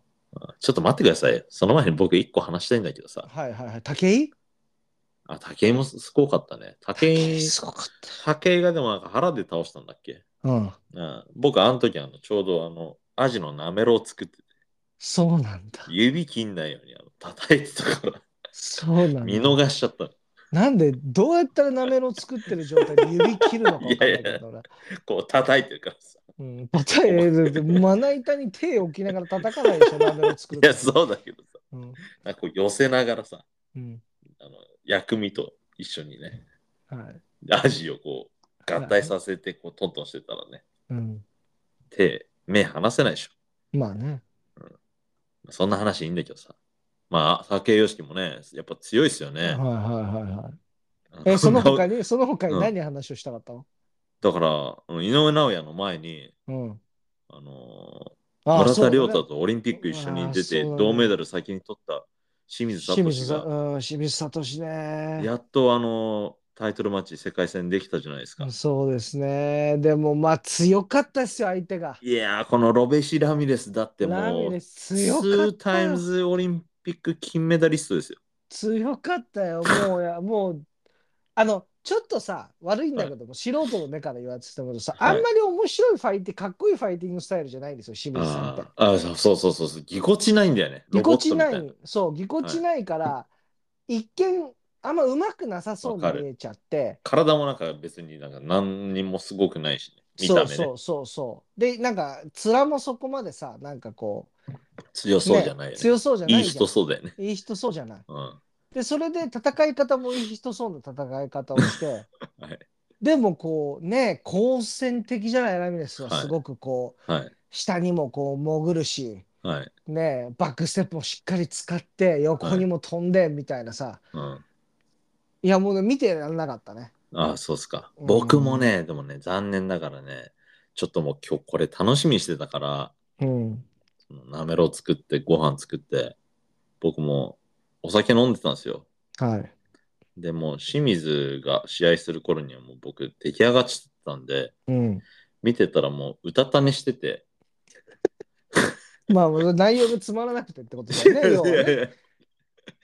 S2: ちょっと待ってくださいよ。その前に僕一個話したいんだけどさ。
S1: はいはいはい武井
S2: あ、武井もすすごかったね。武井、
S1: すごかっ
S2: 武井がでもなんか腹で倒したんだっけ
S1: たうん
S2: うん、僕あの時あのちょうどあのアジのなめろうを作ってて
S1: そうなんだ
S2: 指切んないようにあの叩いてたから
S1: そうなんだ
S2: 見逃しちゃったの
S1: なんでどうやったらなめろう作ってる状態で指切るのか分かんない
S2: いや
S1: け
S2: い
S1: どな
S2: こう叩いてるからさ
S1: うん、叩いてまな板に手を置きながら叩かないでしょなめろう作
S2: い
S1: る
S2: やそうだけどさ
S1: うん
S2: なんかこう寄せながらさ
S1: うん
S2: あの薬味と一緒にね
S1: はい
S2: アジをこう合体させてこうトントンしてたらね
S1: うん、
S2: 手目離せないでしょ
S1: まあね。
S2: そんな話いいんだけどさまあ武井良樹もねやっぱ強いですよ
S1: はい
S2: ね
S1: はいはいはい。
S2: あ
S1: え、その他
S2: な
S1: に、その他
S2: う
S1: に
S2: ん
S1: 何話をしたかったの
S2: だからあの井上尚弥の前に
S1: うん。
S2: あの
S1: あ
S2: 村
S1: そうだ
S2: 田
S1: ね
S2: 亮太とオリンピック一緒に出て、
S1: うわーそうだね
S2: 銅メダル先に取った清水
S1: 清水
S2: 聡
S1: さん、
S2: が、
S1: うん、清水聡ね。
S2: やっとあのタイトルマッチ世界戦できたじゃないですか。
S1: そうですね。でも、まあ、強かったですよ、相手が。
S2: いやー、このロベシ・ラミレスだって
S1: ラミ
S2: も
S1: レ
S2: う、
S1: ス強か
S2: 2
S1: った
S2: タイ
S1: よ
S2: ム。ズオリンピック金メダリストですよ。
S1: 強かったよ。もうや、 もう、あの、ちょっとさ、悪いんだけども、素人の目から言われてたけどさ、
S2: はい
S1: あんまり面白いファイティ、かっこいいファイティングスタイルじゃないんですよ、清水さんって
S2: あ。ーあー、そうそうそうそう、ぎこちないんだよね。
S1: ぎこちな
S2: ロボッ
S1: い
S2: ト、
S1: そう、ぎこちないから、一見、あんま上手くなさそう
S2: わか
S1: に
S2: る
S1: 見えちゃって、
S2: 体もなんか別になんか何にもすごくないし、ね、見
S1: そう
S2: た目ね
S1: そうそうそう。で、なんか、面もそこまでさ、なんかこ
S2: 強
S1: う、
S2: そうじゃないよ
S1: ね
S2: ね。
S1: 強そうじゃないい
S2: い
S1: じゃん
S2: 人そうだよね。
S1: いい人そうじゃない。
S2: うん。は
S1: で、それで戦い方もいい人そうな戦い方を して、
S2: い。
S1: でもこう、ね、好戦的じゃないラミレスは、
S2: はい
S1: すごくこう、
S2: はい。
S1: 下にもこう潜るし、
S2: はい。
S1: ね、バックステップもしっかり使って、横にも飛んで、みたいなさ、
S2: うん。
S1: いや、もうね見てられなかったね。
S2: ああ、そうっすか。
S1: うん
S2: 僕もね、でもね、残念ながらね、ちょっともう今日これ楽しみにしてたから、
S1: うん。
S2: そのなめろう作って、ご飯作って、僕もお酒飲んでたんですよ。
S1: はい。
S2: でもう清水が試合する頃にはもう僕出来上がっちゃってたんで、
S1: うん。
S2: 見てたらもううたた寝してて、
S1: まあ、内容がつまらなくてってことだ よね、要はね。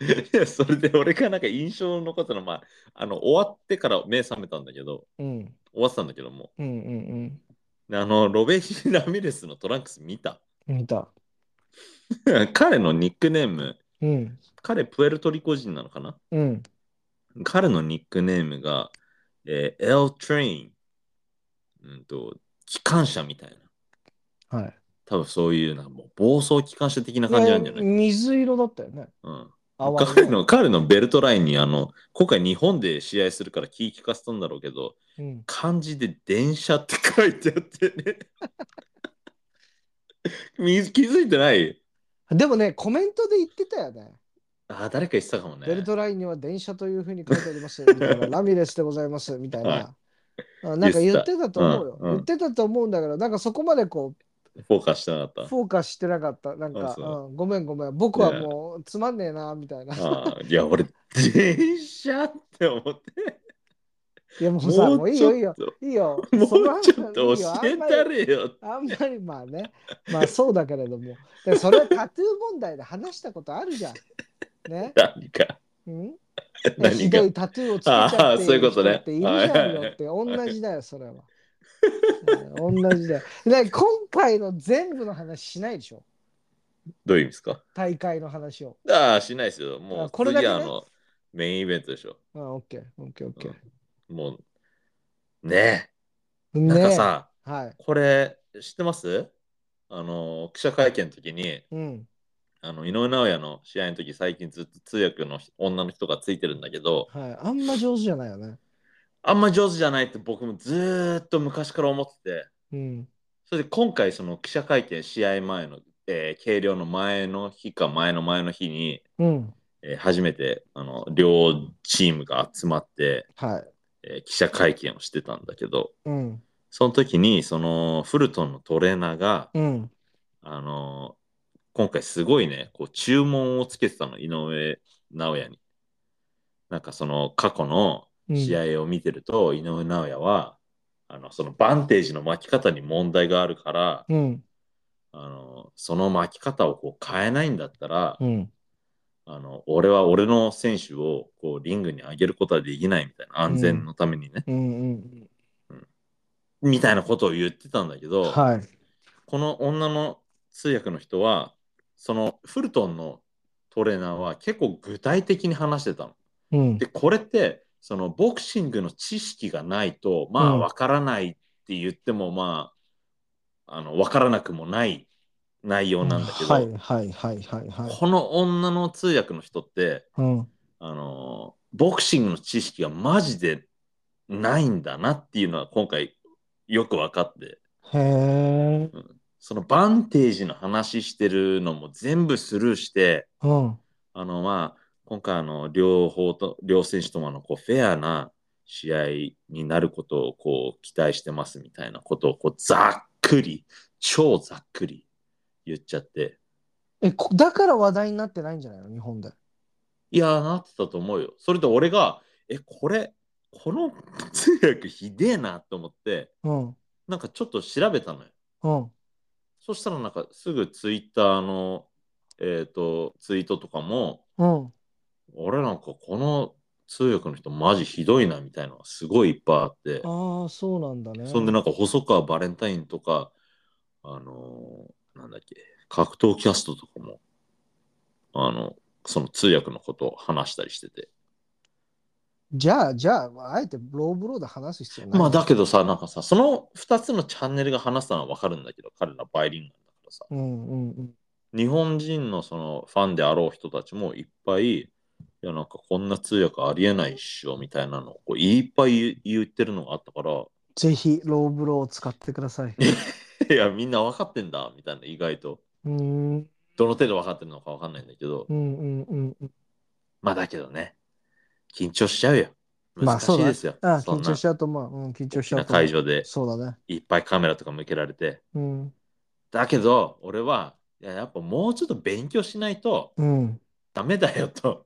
S2: いやいや、それで俺がなんか印象に残ったのは、まあ、あの、終わってから目覚めたんだけど、
S1: うん。
S2: 終わってたんだけども、
S1: うんうん
S2: であの、ロベシ・ラミレスのトランクス見た。
S1: うん。見た。
S2: 彼のニックネーム、
S1: うん。
S2: 彼、プエルトリコ人なのかな
S1: うん。
S2: 彼のニックネームが、えー、L Train。うんと、機関車みたいな。
S1: はい。
S2: 多分そういうなんかもう暴走機関車的な感じなんじゃない、
S1: 水色だったよね。
S2: うん、
S1: 泡ね
S2: 彼の彼のベルトラインにあの今回日本で試合するから気ぃ利かせたんだろうけど
S1: うん
S2: 漢字で「電車」って書いてあってね み気づいてない
S1: でもね、コメントで言ってたよね。
S2: あ誰か言ってたかもね
S1: ベルトラインには電車というふうに書いてあります。みたいな ラミレスでございます。みたいな。あなんか言ってたと思うよ。
S2: うんう
S1: 言っ
S2: ん
S1: てたと思うんだけど、なんかそこまでこ
S2: フォーカスしてなか
S1: う、
S2: っ
S1: フォーカスしてなかった。なん
S2: あ
S1: か、
S2: そう
S1: うんごめんごめん。僕はもうつまんねえな、みたいな。
S2: たあーいや俺電車って思って
S1: いやもうさ、もういいよいい
S2: ちょ
S1: よ
S2: っ。と
S1: いいよ。その
S2: もう
S1: 話
S2: ち
S1: は
S2: ょっと
S1: いいよ
S2: 教
S1: あ
S2: え
S1: んまり
S2: たれよ
S1: あんまりまあね、まあそうだけれども、でそれはタトゥー問題で話したことあるじゃん。ね、
S2: 何か
S1: うん、ねひ
S2: 何か
S1: どいタトゥーをつけちゃってい
S2: あーそういう
S1: る
S2: こと
S1: 人
S2: ね
S1: っているじゃんよって、
S2: いはい
S1: 同じだよ、それは。うん同じだよ。で、今回の全部の話しないでしょ、
S2: どういう意味ですか
S1: 大会の話を。
S2: ああしないですよも
S1: あ
S2: う
S1: これだけ
S2: 次
S1: ね
S2: はあのメインイベントでしょ
S1: あ、オッケー、オッケー、オッケ
S2: もうね
S1: ー。
S2: え
S1: ね
S2: なんか
S1: え
S2: さ、
S1: はい。
S2: これ知ってますあの記者会見の時に
S1: うん、
S2: あの井上尚弥の試合の時最近ずっと通訳の女の人がついてるんだけど
S1: はい。あんま上手じゃないよね。
S2: あんま上手じゃないって僕もずーっと昔から思ってて
S1: うん、
S2: それで今回その記者会見試合前の、えー計量の前の日か前の前の日に、
S1: うん、
S2: えー初めてあの両チームが集まって、
S1: はい。
S2: えー記者会見をしてたんだけど
S1: うん、
S2: その時にそのフルトンのトレーナーが、
S1: うん、
S2: あのー今回すごいね、こう注文をつけてたの、井上尚弥に。なんかその過去の
S1: うん
S2: 試合を見てると、井上尚弥は、あの、そのバンテージの巻き方に問題があるから、
S1: うん、
S2: あのーその巻き方をこう変えないんだったら、
S1: うん、
S2: あの、俺は俺の選手をこうリングに上げることはできないみたいな、安全のためにね、
S1: うん、うん、
S2: みたいなことを言ってたんだけど、
S1: はい。
S2: この女の通訳の人はそのフルトンのトレーナーは結構具体的に話してたの。
S1: うん
S2: で、これってそのボクシングの知識がないとま
S1: う
S2: あ
S1: ん
S2: 分からないって言ってもまああの分からなくもない内容なんだけど、
S1: はいはいはいはいはい。
S2: この女の通訳の人って
S1: うん。
S2: あのボクシングの知識がマジでないんだなっていうのは今回よく分かって。
S1: へえ。
S2: そのバンテージの話してるのも全部スルーして、
S1: うん。
S2: あのまあ、今回あの両方と、両選手ともあのこうフェアな試合になることをこう期待してますみたいなことをこうざっくり、超ざっくり言っちゃって、
S1: え、こだから話題になってないんじゃないの日本で。
S2: いやーなってたと思うよ。それで俺が、え、これ、この通訳ひでえなと思って、
S1: うん。
S2: なんかちょっと調べたのよ。
S1: うん。
S2: そしたらなんかすぐツイッターの、えー、とツイートとかも、
S1: うん。
S2: 俺なんかこの通訳の人マジひどいなみたいなのがすごいいっぱいあって、
S1: ああ、そうなんだね。
S2: そんでなんか細川バレンタインとか、あのーなんだっけ、格闘キャストとかも、あの、その通訳のことを話したりしてて。
S1: じゃあ、じゃあ、あえてローブローで話す必要ない。
S2: まあだけどさ、なんかさ、その2つのチャンネルが話したのはわかるんだけど、彼らバイリンガルだからさ。
S1: うんうんうん。
S2: 日本人のそのファンであろう人たちもいっぱい、いやなんかこんな通訳ありえないっしょみたいなのをこういっぱい言言ってるのがあったから、
S1: ぜひ、ローブローを使ってください。う
S2: いやみんな分かってんだみたいな意外と、
S1: ーん。うん
S2: どの程度分かってるのか分かんないんだけど、
S1: うんうんうん。
S2: まあだけどね、緊張しちゃうよ。
S1: まあ
S2: 難しいですよ。
S1: ああ、
S2: そ
S1: 緊
S2: んな
S1: 張しちゃうと思う。うん、緊張しちゃ
S2: 大きな
S1: うと思
S2: 会
S1: う。
S2: 場で
S1: そうだね。
S2: いっぱいカメラとか向けられて。
S1: うん。
S2: だけど俺はいややっぱもうちょっと勉強しないと、
S1: うん。
S2: ダメだよと。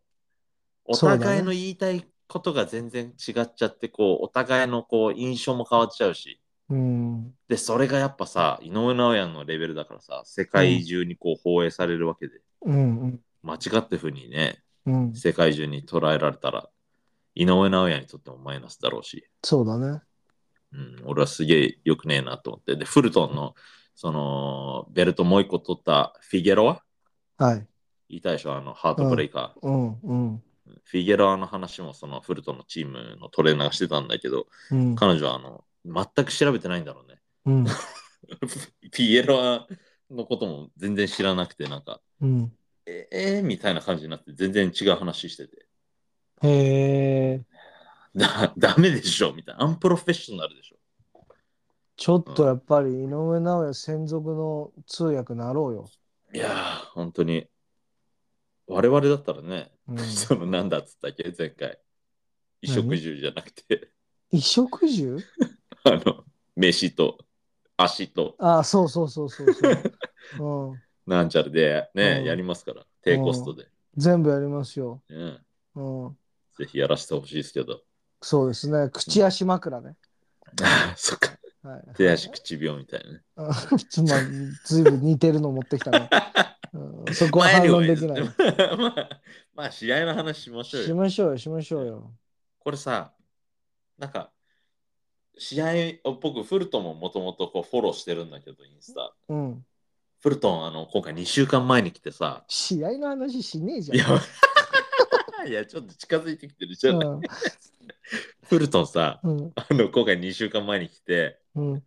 S2: お
S1: そうだね
S2: 互いの言いたいことが全然違っちゃって、こう、お互いのこう、印象も変わっちゃうし。
S1: うん。
S2: で、それがやっぱさ、井上尚弥のレベルだからさ、世界中にこう、放映されるわけで、
S1: うんうん。
S2: 間違った風にね、
S1: うん。
S2: 世界中に捉えられたら、井上尚弥にとってもマイナスだろうし、
S1: そうだね。
S2: うん、俺はすげえ良くねえなと思って。で、フルトンの、その、ベルトもう一個取ったフィゲロア
S1: はい。
S2: いたでしょ、あの、ハートブレイカー。
S1: うんうん。
S2: フィギュアの話もそのフルトンのチームのトレーナーがしてたんだけど、
S1: うん。
S2: 彼女はあの全く調べてないんだろうね。
S1: うん。
S2: フィギュアのことも全然知らなくて、なんか、
S1: うん。
S2: ええーみたいな感じになって、全然違う話してて、
S1: へえ。
S2: だダメでしょみたいな、アンプロフェッショナルでしょ。
S1: ちょっとやっぱり井上尚弥専属の通訳なろうよ。
S2: いやー、本当に、我々だったらね、
S1: うん、
S2: そのなんだっつったっけ、前回。衣食住じゃなくて、
S1: 衣食住
S2: あの、飯と足と
S1: ああ、そうそうそうそう そう。うん。
S2: なんちゃらでね、
S1: うん
S2: やりますから、低コストで、
S1: 全部やりますよ。
S2: ね。
S1: うん。
S2: ぜひやらせてほしいですけど。
S1: そうですね。口足枕ね。
S2: あーそっか、
S1: はい。
S2: 手足口病みたいなね。
S1: あつまり、ずいぶん似てるの持ってきた ね。うん、そこは反論できない。
S2: Anyways まあ、まあ、試合の話しましょう
S1: し
S2: よ。
S1: ましょうよ、しましょうよ。
S2: これさ、なんか、試合を僕、フルトンももともとこうフォローしてるんだけど、インスタ。
S1: うん。
S2: フルトン、あの、今回2週間前に来 てさ、
S1: 試合の話しねえじ
S2: いや
S1: ゃん。、
S2: いやちょっと近づいてきてるじゃない。
S1: うん
S2: フルトンさ、
S1: うん。
S2: あの、今回2週間前に来て、
S1: うん。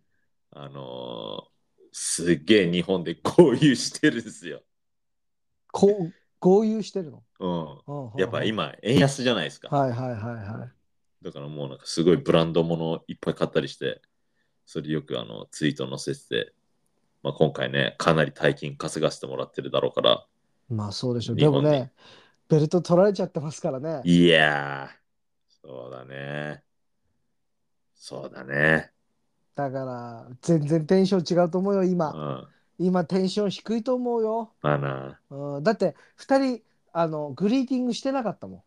S2: あのーすっげえ日本で合流してるんですよ。
S1: こう、合流してるの。
S2: うん。
S1: うん
S2: やっぱ。今、円安じゃないですか。
S1: はいはいはいはい。
S2: だからもうなんかすごいブランドものをいっぱい買ったりして、それよくあのツイート載せてて、まあ、今回ね、かなり大金稼がせてもらってるだろうから、
S1: まあそうでしょう。
S2: 日
S1: でも
S2: 本で
S1: ね、ベルト取られちゃってますからね。
S2: いやー、そうだね。そうだね。
S1: だから、全然テンション違うと思うよ、
S2: う
S1: 今。
S2: ん。
S1: 今、テンション低いと思うよ。
S2: まあな。
S1: うん、だって、二人、あの、グリーティングしてなかったも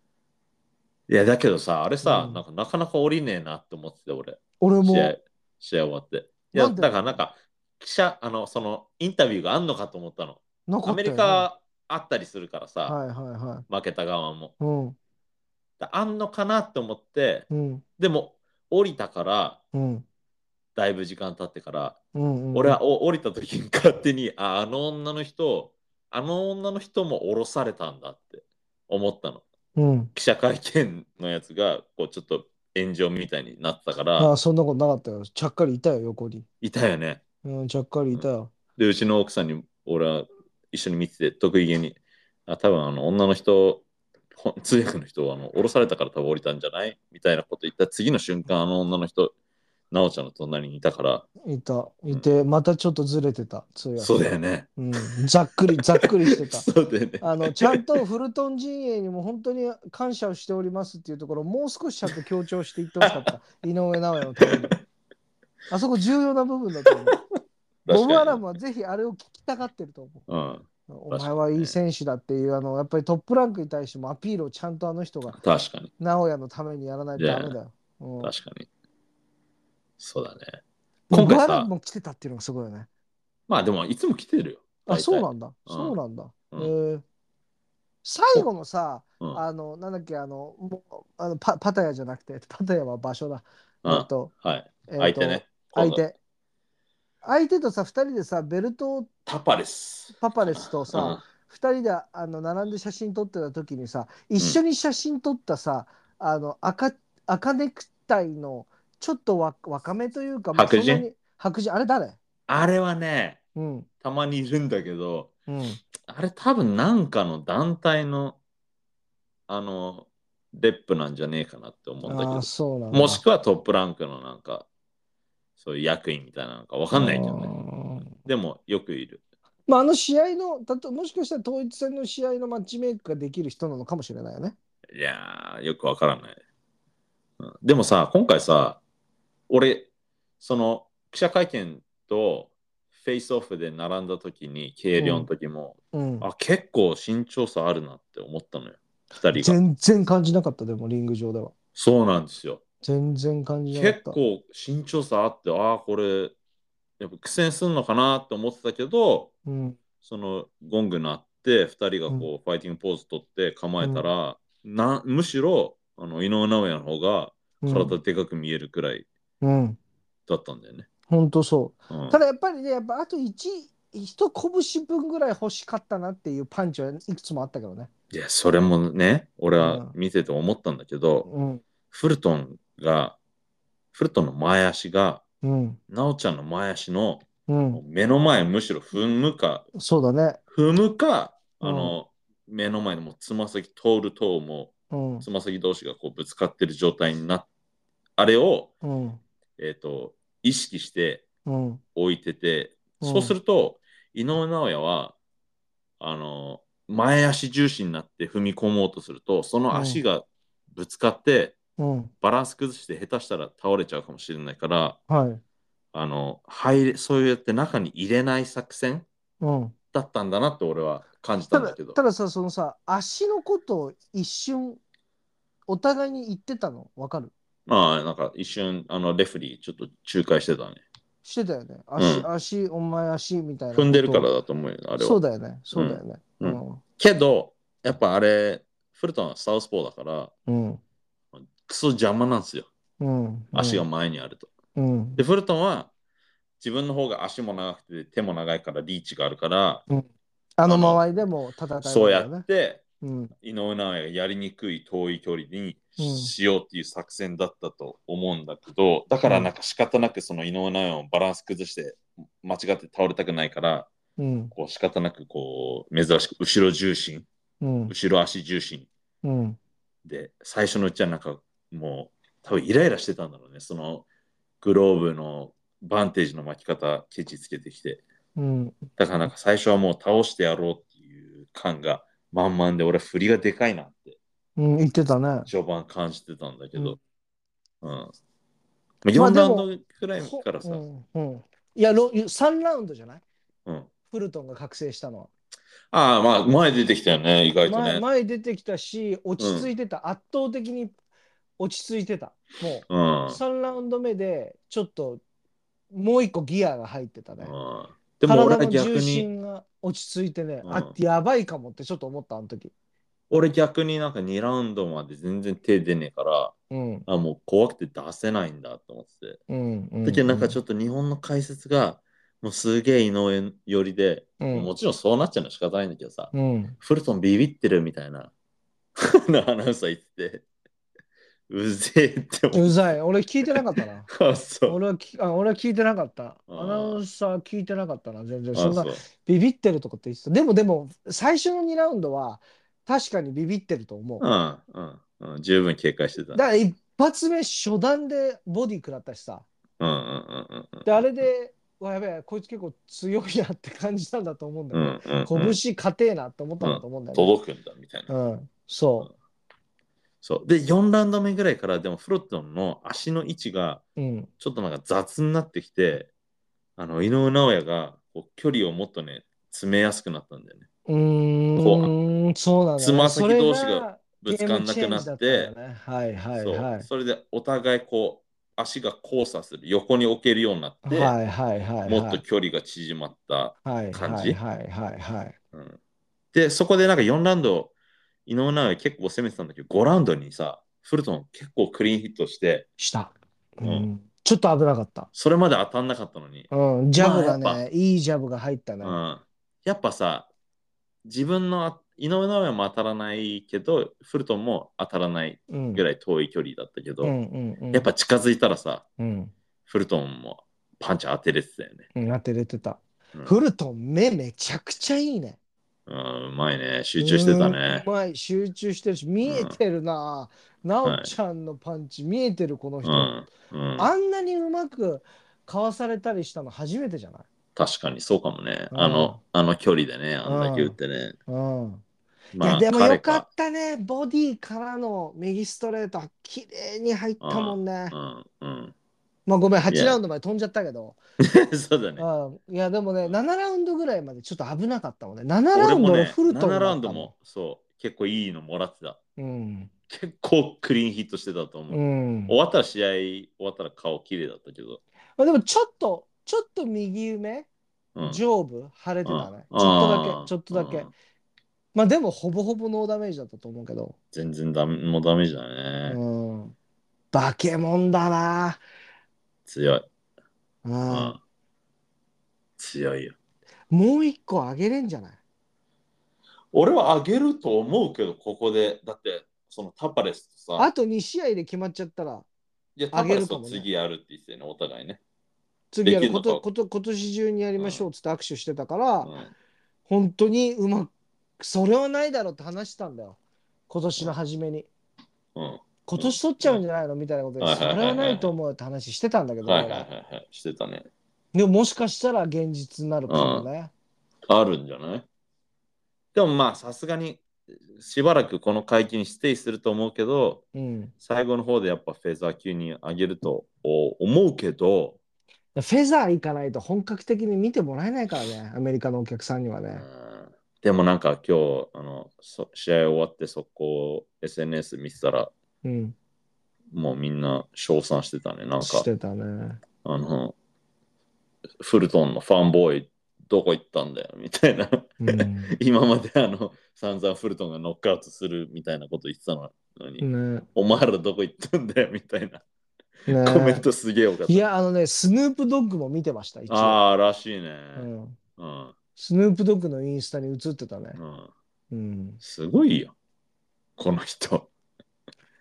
S1: ん。
S2: いや、だけどさ、あれさ、
S1: うん
S2: なんかなかなか降りねえなって思ってて、俺。
S1: 俺
S2: 試
S1: も
S2: 合、、試合終わって。いや、
S1: なんで
S2: だからなんか、記者、あの、その、インタビューがあんのかと思ったの。
S1: なか
S2: ア
S1: った
S2: メ
S1: よね
S2: リカあったりするからさ、
S1: はいはいはい。
S2: 負けた側も。
S1: うん、
S2: だあんのかなって思って、
S1: うん、
S2: でも降りたから
S1: うん、
S2: だいぶ時間経ってから、
S1: うん、うん。
S2: 俺はお降りた時に勝手にああの女の人あの女の人も降ろされたんだって思ったの
S1: うん。
S2: 記者会見のやつがこうちょっと炎上みたいになってたか
S1: あ
S2: ら
S1: あ、そんなことなかったよ。ちゃっかりいたよ、横に。
S2: いたよね
S1: うん、ちゃっかりいたよ。
S2: でうちの奥さんに俺は一緒に見てて得意げにあ多分あの女の人ほん通訳の人はあの降ろされたから多分降りたんじゃないみたいなこと言った次の瞬間あの女の人なおちゃんの隣にいたから
S1: いた。いて、またちょっとずれてた、通訳。
S2: そうだよね
S1: うん、ざっくり、ざっくりして た。
S2: そうだよね
S1: あの、ちゃんとフルトン陣営にも本当に感謝をしておりますっていうところをもう少しちゃんと強調していってほしか った。井上尚弥のために。あそこ重要な部分だと思う。ボブ・アラムはぜひあれを聞きたがってると思う。
S2: うん、
S1: お前はいい選手だっていう、あの、やっぱりトップランクに対してもアピールをちゃんとあの人が、
S2: 確かに、
S1: 直哉のためにやらないとダメだよ。うん
S2: 確かに。そうだね。
S1: ボ
S2: 今
S1: ブ・
S2: 回
S1: アラ
S2: さ
S1: ム、も来てたっていうのがすごいよね。
S2: まあでもいつも来てるよ。
S1: あ、そうなんんだ。そうなんだ。え
S2: うん
S1: ー最後のさ、
S2: うん
S1: あの、なんだっけ、あの、もうあのパパタヤじゃなくて、パタヤは場所だ。
S2: うん
S1: えっと、
S2: はい。
S1: えっと
S2: 相手ね。今
S1: 相
S2: 度。
S1: 手。相手とさ、2人でさ、ベルトを
S2: タパレス。
S1: パパレスとさ、2人であの並んで写真撮ってた時にさ、一緒に写真撮ったさ、あの赤、赤ネクタイのちょっとわ若めというか、まあ
S2: 白人
S1: そんなに白人、あれ誰
S2: あれはね、
S1: うん。
S2: たまにいるんだけど、
S1: うん。
S2: あれ多分なんかの団体の、あの、レップなんじゃねえかなって思うんだけ
S1: あ
S2: ど
S1: あ、、そうなんだ。
S2: もしくはトップランクのなんか、そういう役員みたいなのかわかんないけどね。
S1: ね。
S2: でもよくいる。
S1: まあ、あの試合の、だともしかしたら統一戦の試合のマッチメイクができる人なのかもしれないよね。
S2: いやー、よくわからない、うんでもさ、今回さ、俺、その記者会見とフェイスオフで並んだ時に、計量の時も、
S1: うん。
S2: あ、結構身長差あるなって思ったのよ、2人が。
S1: 全然感じなかった、でも、リング上では。
S2: そうなんですよ。
S1: 全然感じなかっ
S2: 結
S1: た。
S2: 構身長差あって、ああ、これ、やっぱ苦戦するのかなって思ってたけど、
S1: うん。
S2: そのゴング鳴って、2人がこう、ファイティングポーズ取って構えたら、なむしろあの井上尚弥の方
S1: う
S2: が、
S1: ん
S2: 体でかく見えるくらい
S1: うん。
S2: だったんだよね。
S1: 本当そうう。
S2: ん
S1: ただやっぱりね、やっぱあと1、一拳分ぐらい欲しかったなっていうパンチはいくつもあったけどね。
S2: いや、それもね、俺
S1: うん
S2: は見てて思ったんだけど、
S1: うん。
S2: フルトンが、フルトンの前足が、
S1: うん。
S2: なおちゃんの前足の
S1: ううん
S2: もう。目の前むしろ踏むか、
S1: そうだね。
S2: 踏むか、あの、目の前のもうつま先通るとも
S1: うん
S2: う、。つま先同士がこうぶつかってる状態になっあれを、
S1: うん。
S2: えっ、と、意識して
S1: うん。
S2: 置いてて、そうすると、井上尚弥は、あの、前足重視になって踏み込もうとすると、その足がぶつかって、
S1: うん。
S2: バランス崩して下手したら倒れちゃうかもしれないから、
S1: はい。
S2: あの、入れ、そうやって中に入れない作戦
S1: うん。
S2: だったんだなって俺は感じた
S1: た
S2: んだ
S1: だ
S2: けど
S1: た。ださそのさ足のことを一瞬お互いに言ってたのわかる
S2: まあ、なんか一瞬、あの、レフェリーちょっと仲介してたね。
S1: してたよね足、
S2: うん
S1: 足お前足みたいなこと
S2: 踏んでるからだと思うよ、あれ
S1: そう
S2: は。
S1: だよねそうだよね
S2: う
S1: うん
S2: んけど、やっぱあれ、フルトンはサウスポーだから、
S1: うん
S2: クソ邪魔なんですよ。
S1: うん
S2: 足が前にあると。
S1: うん
S2: で、フルトンは自分の方が足も長くて手も長いからリーチがあるから、
S1: あの周りでも戦えるんだよね
S2: そうやって、
S1: うん
S2: 井上尚弥がやりにくい遠い距離に
S1: うん
S2: しようっていう作戦だったと思うんだけど、だからなんか仕方なくその井上尚弥をバランス崩して間違って倒れたくないから
S1: うん
S2: こう仕方なくこう珍しく後ろ重心
S1: うん
S2: 後ろ足重心
S1: うん
S2: で最初のうちはなんかもう多分イライラしてたんだろうねそのグローブのバンテージの巻き方ケチつけてきて
S1: うん
S2: だからなんか最初はもう倒してやろうっていう感が満々で俺振りがでかいなって
S1: うん言ってたね
S2: 序盤感じてたんだけど、うん。まあ、
S1: まあ
S2: 4
S1: で
S2: ラ
S1: も
S2: ウンドくらいからさ、
S1: うんうんいやロ3ラウンドじゃない
S2: うん
S1: フルトンが覚醒したのは
S2: ああ、まあ、前出てきたよね、意外と
S1: 前
S2: ね。
S1: 前出てきたし落ち着いてた、圧倒的に落ち着いてたもうん
S2: う。
S1: 3ラウンド目でちょっともう一個ギアが入ってたね、
S2: うんでも俺
S1: 体
S2: は
S1: の
S2: 逆
S1: 重
S2: に、
S1: 心が落ち着いてね、
S2: うん
S1: あやばいかもってちょっと思ったあの時
S2: 俺逆になんか2ラウンドまで全然手出ねえから、
S1: うん
S2: あもう怖くて出せないんだと思って
S1: うんう
S2: て。だけどなんかち
S1: ょっ
S2: ょっと日本の解説が、もうすげえ井上寄りで、
S1: と、
S2: もちろんそうなっちゃうのは仕方ないんだけどさ、
S1: うん
S2: フルトンビビってるみたいな、 のアナウンサー言ってて、うぜえって思って
S1: うざい俺聞いてなかったな
S2: あ、そう。
S1: 俺はきあ俺は聞いてなかった
S2: うん
S1: アナウンサー聞いてなかったな全然
S2: あ
S1: そんな
S2: そう
S1: ビビってるとかって言ってたでもでも最初の2ラウンドは確かにビビってると思う、
S2: うんうんうん。十分警戒してた。
S1: だから一発目初段でボディ食らったしさ
S2: うんうんうんうんうん。
S1: であれでわやべえこいつ結構強いなって感じたんだと思うんだ
S2: う
S1: よ
S2: ん
S1: ね、
S2: うんうん、
S1: 拳硬えなって思ったんだと思うんだよね、
S2: 届くんだみたいな。
S1: うんそ
S2: そう。で、4ラウンド目ぐらいから、でもフロットンの足の位置が
S1: ううん
S2: ちょっとなんか雑になってきて、あの、井上尚弥がこう距離をもっとね、詰めやすくなったんだよね。
S1: うーんそうなんだ
S2: つま先同士
S1: そ
S2: が
S1: れが
S2: ぶつかんなくなっ
S1: ゲームチェンジだ
S2: て
S1: っ、たんだねはいはいは
S2: そうそれでお互いこう、足が交差する、横に置けるようになって、
S1: いはいはいはい
S2: もっと距離が縮まった
S1: はい
S2: 感
S1: は
S2: じ
S1: いはいはいはい
S2: うんで、そこでなんか4ラウンド、井上尚弥結構攻めてたんだけど、5ラウンドにさ、フルトン結構クリーンヒットして、
S1: した、う
S2: うんん
S1: ちょっと危なかった
S2: それまで当たんなかったのに、
S1: うんジャブがね、
S2: まあやっ
S1: いいジャブが入った
S2: う
S1: ね、
S2: ん、やっぱさ、自分のあ井上尚弥も当たらないけど、フルトンも当たらない
S1: うん、
S2: ぐらい遠い距離だったけど、
S1: うんうんうん
S2: やっぱ近づいたらさ、
S1: うん
S2: フルトンもパンチ当てれてたよね。
S1: うん、当てれてた。
S2: うん
S1: フルトン、目めちゃくちゃいいね。
S2: うん、うまいね。集中してたね
S1: う。まい、集中してるし、見えてるな。なおちゃんのパンチ、見えてる、この
S2: う
S1: 人。
S2: ん、うん、
S1: あんなにうまくかわされたりしたの初めてじゃない
S2: 確かにそうかもね。
S1: うん
S2: あの、あの距離でね、あんだけ打ってね。
S1: うん。い
S2: ま
S1: や、
S2: あ、
S1: でもよ
S2: 彼
S1: かったね。ボディからの右ストレート、綺麗に入ったもんね。
S2: うん
S1: まあ、ごめん、
S2: い
S1: 8
S2: や
S1: ラウンドまで飛んじゃったけど。
S2: うん、そうだね。
S1: うん。いや、でもね、7ラウンドぐらいまでちょっと危なかったもんね。7ラ
S2: 俺
S1: ウン
S2: も
S1: ドの
S2: ね、
S1: フルトンだ
S2: 7
S1: ったも
S2: ラウ
S1: ん
S2: ンドもそう結構いいのもらってた。
S1: うん。
S2: 結構クリーンヒットしてたと思う。
S1: うん。
S2: 終わったら試合終わったら顔綺麗だったけど。
S1: まあ、でもちょっとちょっと右目
S2: うん、
S1: 上部腫れてたね、
S2: うん
S1: ちょっとだけちょっとだ
S2: う
S1: け
S2: ん
S1: まあでもほぼほぼノーダメージだったと思うけど、
S2: 全然ダメもうダメージだ
S1: う
S2: ね。
S1: ん、化け物だな
S2: 強い、
S1: うん
S2: うん強いよ。
S1: もう一個あげれんじゃない
S2: 俺は上げると思うけど、ここで。だって、そのタパレスとさ、
S1: あと2試合で決まっちゃったら
S2: いやタ
S1: あ
S2: パ
S1: げ
S2: レ
S1: る
S2: ス
S1: かも
S2: と
S1: ね
S2: 次やるって言ってたよね、お互いね。
S1: 次や
S2: で
S1: る
S2: きん
S1: こ
S2: の
S1: と
S2: か
S1: こと今年中にやりましょうっつって握手してたから、
S2: うん
S1: 本当にうまくそれはないだろうって話したんだよ今年の初めに
S2: うん。
S1: 今年取っちゃうんじゃないのみたいなこと
S2: は
S1: で
S2: い
S1: そ
S2: はいはいはい
S1: れはないと思うって話してたんだけど、
S2: はいはいはいはい。してたね。
S1: でももしかしたら現実になるかもね、
S2: あるんじゃないでもまあさすがにしばらくこの会期にステイすると思うけど、
S1: うん、
S2: 最後の方でやっぱフェザー級に上げると思うけど、
S1: フェザー行かないと本格的に見てもらえないからねアメリカのお客さんには
S2: う
S1: ね、
S2: んでもなんか今日あのそ試合終わって速攻 SNS 見てたら
S1: うん、
S2: もうみんな称賛してたね。なん
S1: し
S2: か
S1: てたね
S2: あのフルトンのファンボーイどこ行ったんだよみたいな。
S1: う
S2: 今まであの散々フルトンがノックアウトするみたいなこと言ってたのに、
S1: ん、ね
S2: お前らどこ行ったんだよみたいな
S1: ね
S2: コメントすげえよかった。
S1: いやあのねスヌープドッグも見てました一応、
S2: ああ、らしいね。
S1: うん、
S2: うん。
S1: スヌープドッグのインスタに映ってたね、
S2: うん。
S1: うん、
S2: すごいよ。この人。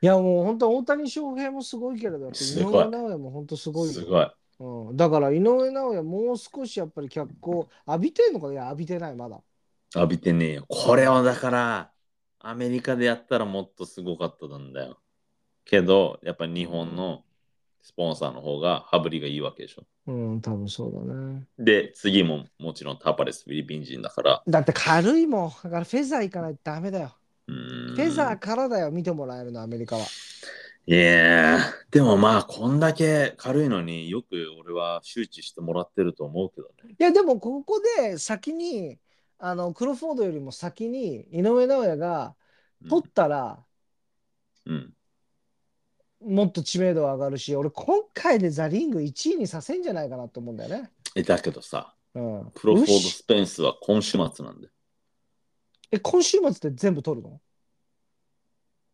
S1: いやもう本当大谷翔平もすごいけれどやっぱ井
S2: すごい
S1: 上尚弥も本当すごいよ
S2: すごい。
S1: うん、だから井上尚弥もう少しやっぱり脚光浴びてんのかないや浴びてないまだ
S2: 浴びてねえよ。これはだから、アメリカでやったらもっとすごかったんだよ。けど、やっぱ日本のスポンサーの方が羽振りがいいわけでしょ。
S1: うん多分そうだね
S2: で、次ももちろんタパレスフィリピン人だから。
S1: だって軽いもんだからフェザー行かないとダメだよ
S2: うー
S1: フ
S2: ん
S1: ェザーからだよ見てもらえるのアメリカはい
S2: やー、でもまあ、こんだけ軽いのによく俺は周知してもらってると思うけどね。
S1: いやでもここで先にあのクロフォードよりも先に井上尚弥が取ったら
S2: うん。
S1: もっと知名度は上がるし俺今回でザ・リング1位にさせんじゃないかなと思うんだよね、
S2: えだけどさ、
S1: うん、
S2: プロフォード・
S1: よし
S2: スペンスは今週末なんで。
S1: え今週末って全部取るの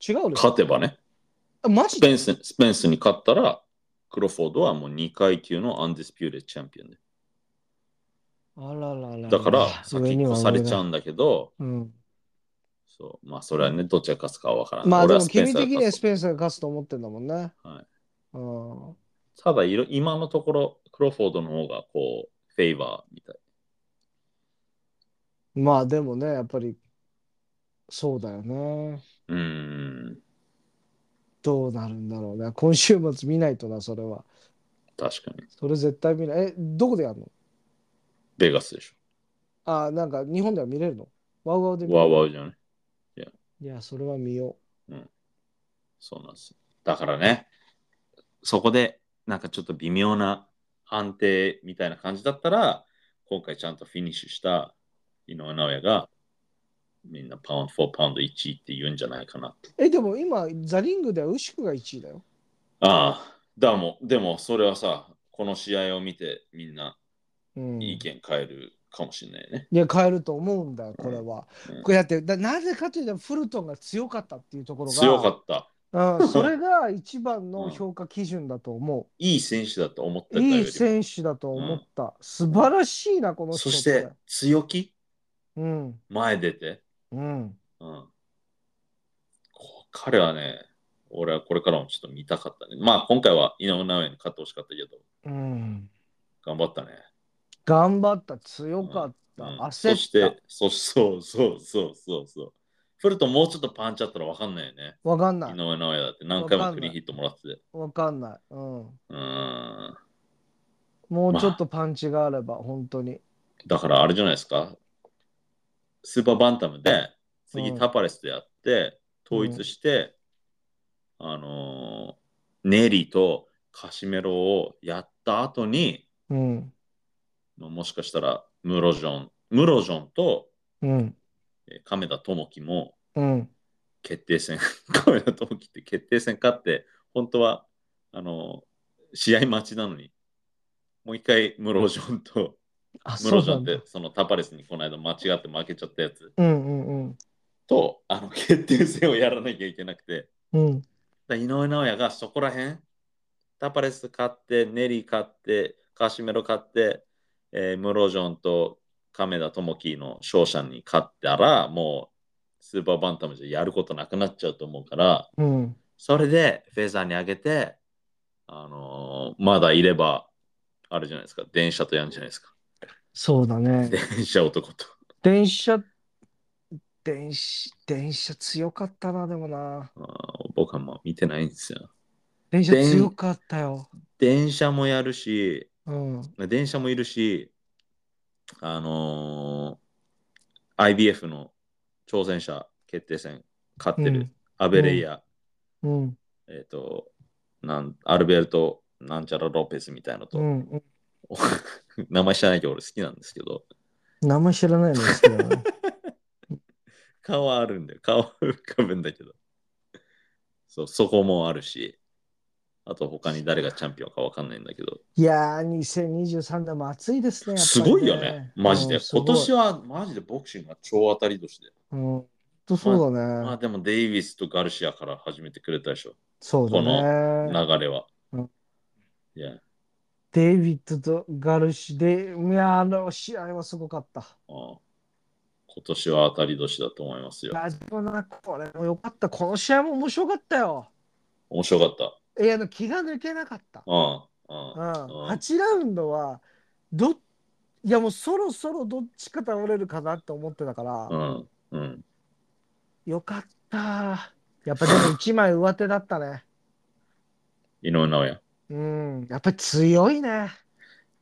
S1: 違うでしょ
S2: 勝てばね、
S1: あマ
S2: ス
S1: ジで
S2: ペンススペンスに勝ったら、クロフォードはもう2階級のアンディスピューレチャンピオンで。
S1: あららら
S2: だから、先
S1: 上に
S2: 越
S1: は
S2: されちゃ
S1: 上
S2: うんだけど、
S1: がうん。
S2: そうまあ、それはね、どっちが勝つかは分からない。
S1: まあ
S2: 俺
S1: で
S2: は
S1: も君的にはス
S2: ン
S1: ペンサーが勝つと思ってんだもんね。
S2: はい
S1: うん。
S2: スただいろ、今のところ、クロフォードの方がこう、フェイバーみたい。
S1: まあでもね、やっぱりそうだよね。
S2: うーん、
S1: どうなるんだろうね。今週末見ないとな、それは。
S2: 確かに。
S1: それ絶対見ない。え、どこでやるの
S2: ベガスでし
S1: あ、なんか日本では見れるのワウワウで
S2: ょ。
S1: 見れ
S2: ワ
S1: る
S2: ーワーじゃない。
S1: いや、それは見よ
S2: そうなんですよ。だからね、そこでなんかちょっと微妙な判定みたいな感じだったら、今回ちゃんとフィニッシュした井上尚弥が、みんなパウンド4パウンド1位って言うんじゃないかなと。
S1: う。え、でも今、ザリングではウシクが1位だよ。
S2: ああ、だからもうでもそれはさ、この試合を見てみんな
S1: うん。
S2: 意見変えるかもしれないね。
S1: いや変えると思うんだよ、これは。
S2: うん
S1: これだってだなぜかというとフルトンが強かったっていうところが
S2: 強かった。
S1: うん、それが一番の評価基準だと思
S2: いい選手だと思って
S1: う。
S2: たよ
S1: い
S2: り
S1: い
S2: も。
S1: 選手だと思った。素晴らしいな、この人
S2: そ
S1: って。
S2: して強気
S1: うん、
S2: 前出て。
S1: うん。
S2: うんこう彼はね、俺はこれからもちょっと見たかったね。まあ今回は井上尚弥に勝ってほしかったけど、
S1: うん。
S2: 頑張ったね。
S1: 頑張った、強かった、
S2: うん
S1: 焦
S2: そ
S1: っ
S2: して、そそうそうそうそうそう。フルトンもうちょっとパンチあったら分かんないよね。
S1: た。わかんな
S2: 井
S1: い。
S2: 上尚弥だって何回もクリーンヒットもらってて。
S1: わかんない。うん。
S2: うーん。
S1: もうちょっとパンチがあれば、本当に。
S2: だからあれじゃないですか。スーパーバンタムで、次
S1: うん
S2: タパレスでやって、統一して、あのーネリとカシメロをやった後に、
S1: うん。
S2: まあ、もしかしたらムロジョン、ムロジョンと
S1: うん。
S2: えー亀田智樹も
S1: うん。
S2: 決定戦、 亀田智樹って決定戦勝って、本当はあの試合待ちなのに、もう一回ムロジョンと、
S1: あ、
S2: ム
S1: そ
S2: ロ
S1: う
S2: ジョ
S1: な
S2: ン
S1: ん
S2: っ
S1: だ
S2: て。そのタパレスにこの間間違って負けちゃったやつ
S1: うんうんうん。
S2: と、あの 決定戦をやらなきゃいけなくて、
S1: うん。
S2: だ井上尚弥がそこら辺、タパレス買って、ネリ買って、カシメロ買って、えームロジョンと亀田智樹の勝者に勝ったら、もうスーパーバンタムじゃやることなくなっちゃうと思うから、
S1: うん。
S2: それでフェザーに上げて、あのーまだいればあれじゃないですか。電車とやんじゃないですか。
S1: そうだね。
S2: 電車男と。
S1: 電車、電車、電車強かったな、でもな。
S2: あー僕はまあ見てないんですよ。
S1: 電車
S2: 電
S1: 強かったよ。
S2: 電車もやるし、
S1: うん。
S2: 電車もいるし、あのー IBF の挑戦者決定戦勝ってる、
S1: うん
S2: アベレイヤ、
S1: うん。
S2: えっ、となん、アルベルト・なんちゃら・ロペスみたいなのと、
S1: うん。
S2: 名前知らないけど俺好きなんですけど、
S1: 名前知らないのですけどね。
S2: 顔はあるんだよ。顔は浮かぶんだけど。そう、そこもあるし、あと他に誰がチャンピオンかわかんないんだけど、
S1: いやー、2023年も暑いですね。やっぱ
S2: す
S1: り
S2: ごいよね、マジで。今年
S1: は。
S2: はマジでボクシングが超当たり年で。
S1: うん、ほんとそうだね。
S2: まあでもデイビスとガルシアから始めてくれたでしょ、
S1: そうだ
S2: 流
S1: ね。
S2: れは
S1: うん。
S2: いや、
S1: デイビッドとガルシで、いやー、あの試合はすごかった。
S2: うん今年は当たり年だと思いますよ。
S1: ラジオな、これもよかった。この試合も面白かったよ。
S2: 面白かった。
S1: いや、あの気が抜けなかった。
S2: うん。
S1: う
S2: うん
S1: ん、
S2: うん
S1: 8ラウンドは、どっ、いやもうそろそろどっちか倒れるかなって思ってたから、
S2: うん。うん。
S1: よかった。やっぱでも1枚上手だったね。
S2: 井上尚弥。
S1: うん、やっぱり強いね。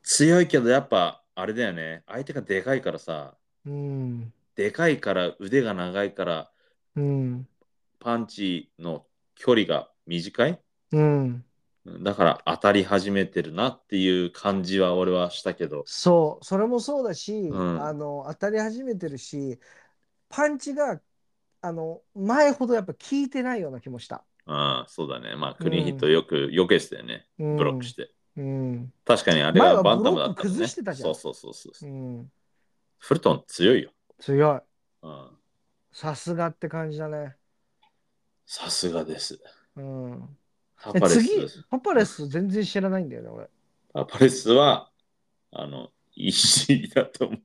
S2: 強いけどやっぱあれだよね。相手がでかいからさ、
S1: うん。
S2: でかいから腕が長いから
S1: うん。
S2: パンチの距離が短い。
S1: うん。
S2: だから当たり始めてるなっていう感じは俺はしたけど。
S1: そう、それもそうだし、
S2: ん
S1: あの、当たり始めてるし、パンチが、あの、前ほどやっぱ効いてないような気もした。
S2: ああ、そうだね。まあクリーンヒットよく、よけしてたよね。
S1: うん。
S2: ブロックして。
S1: うん。
S2: 確かにあれはバンタム
S1: 前
S2: だった
S1: はブロック
S2: らね。
S1: 崩してたじゃん
S2: そうそうそうそうう。
S1: ん。
S2: フルトン強いよ。
S1: 強い。
S2: うん
S1: さすがって感じだね。
S2: さすがです。
S1: うん。
S2: タ
S1: え
S2: パレ
S1: 次
S2: ス。、
S1: パパレス全然知らないんだよね、俺。
S2: タパレスは、あの、石井だと思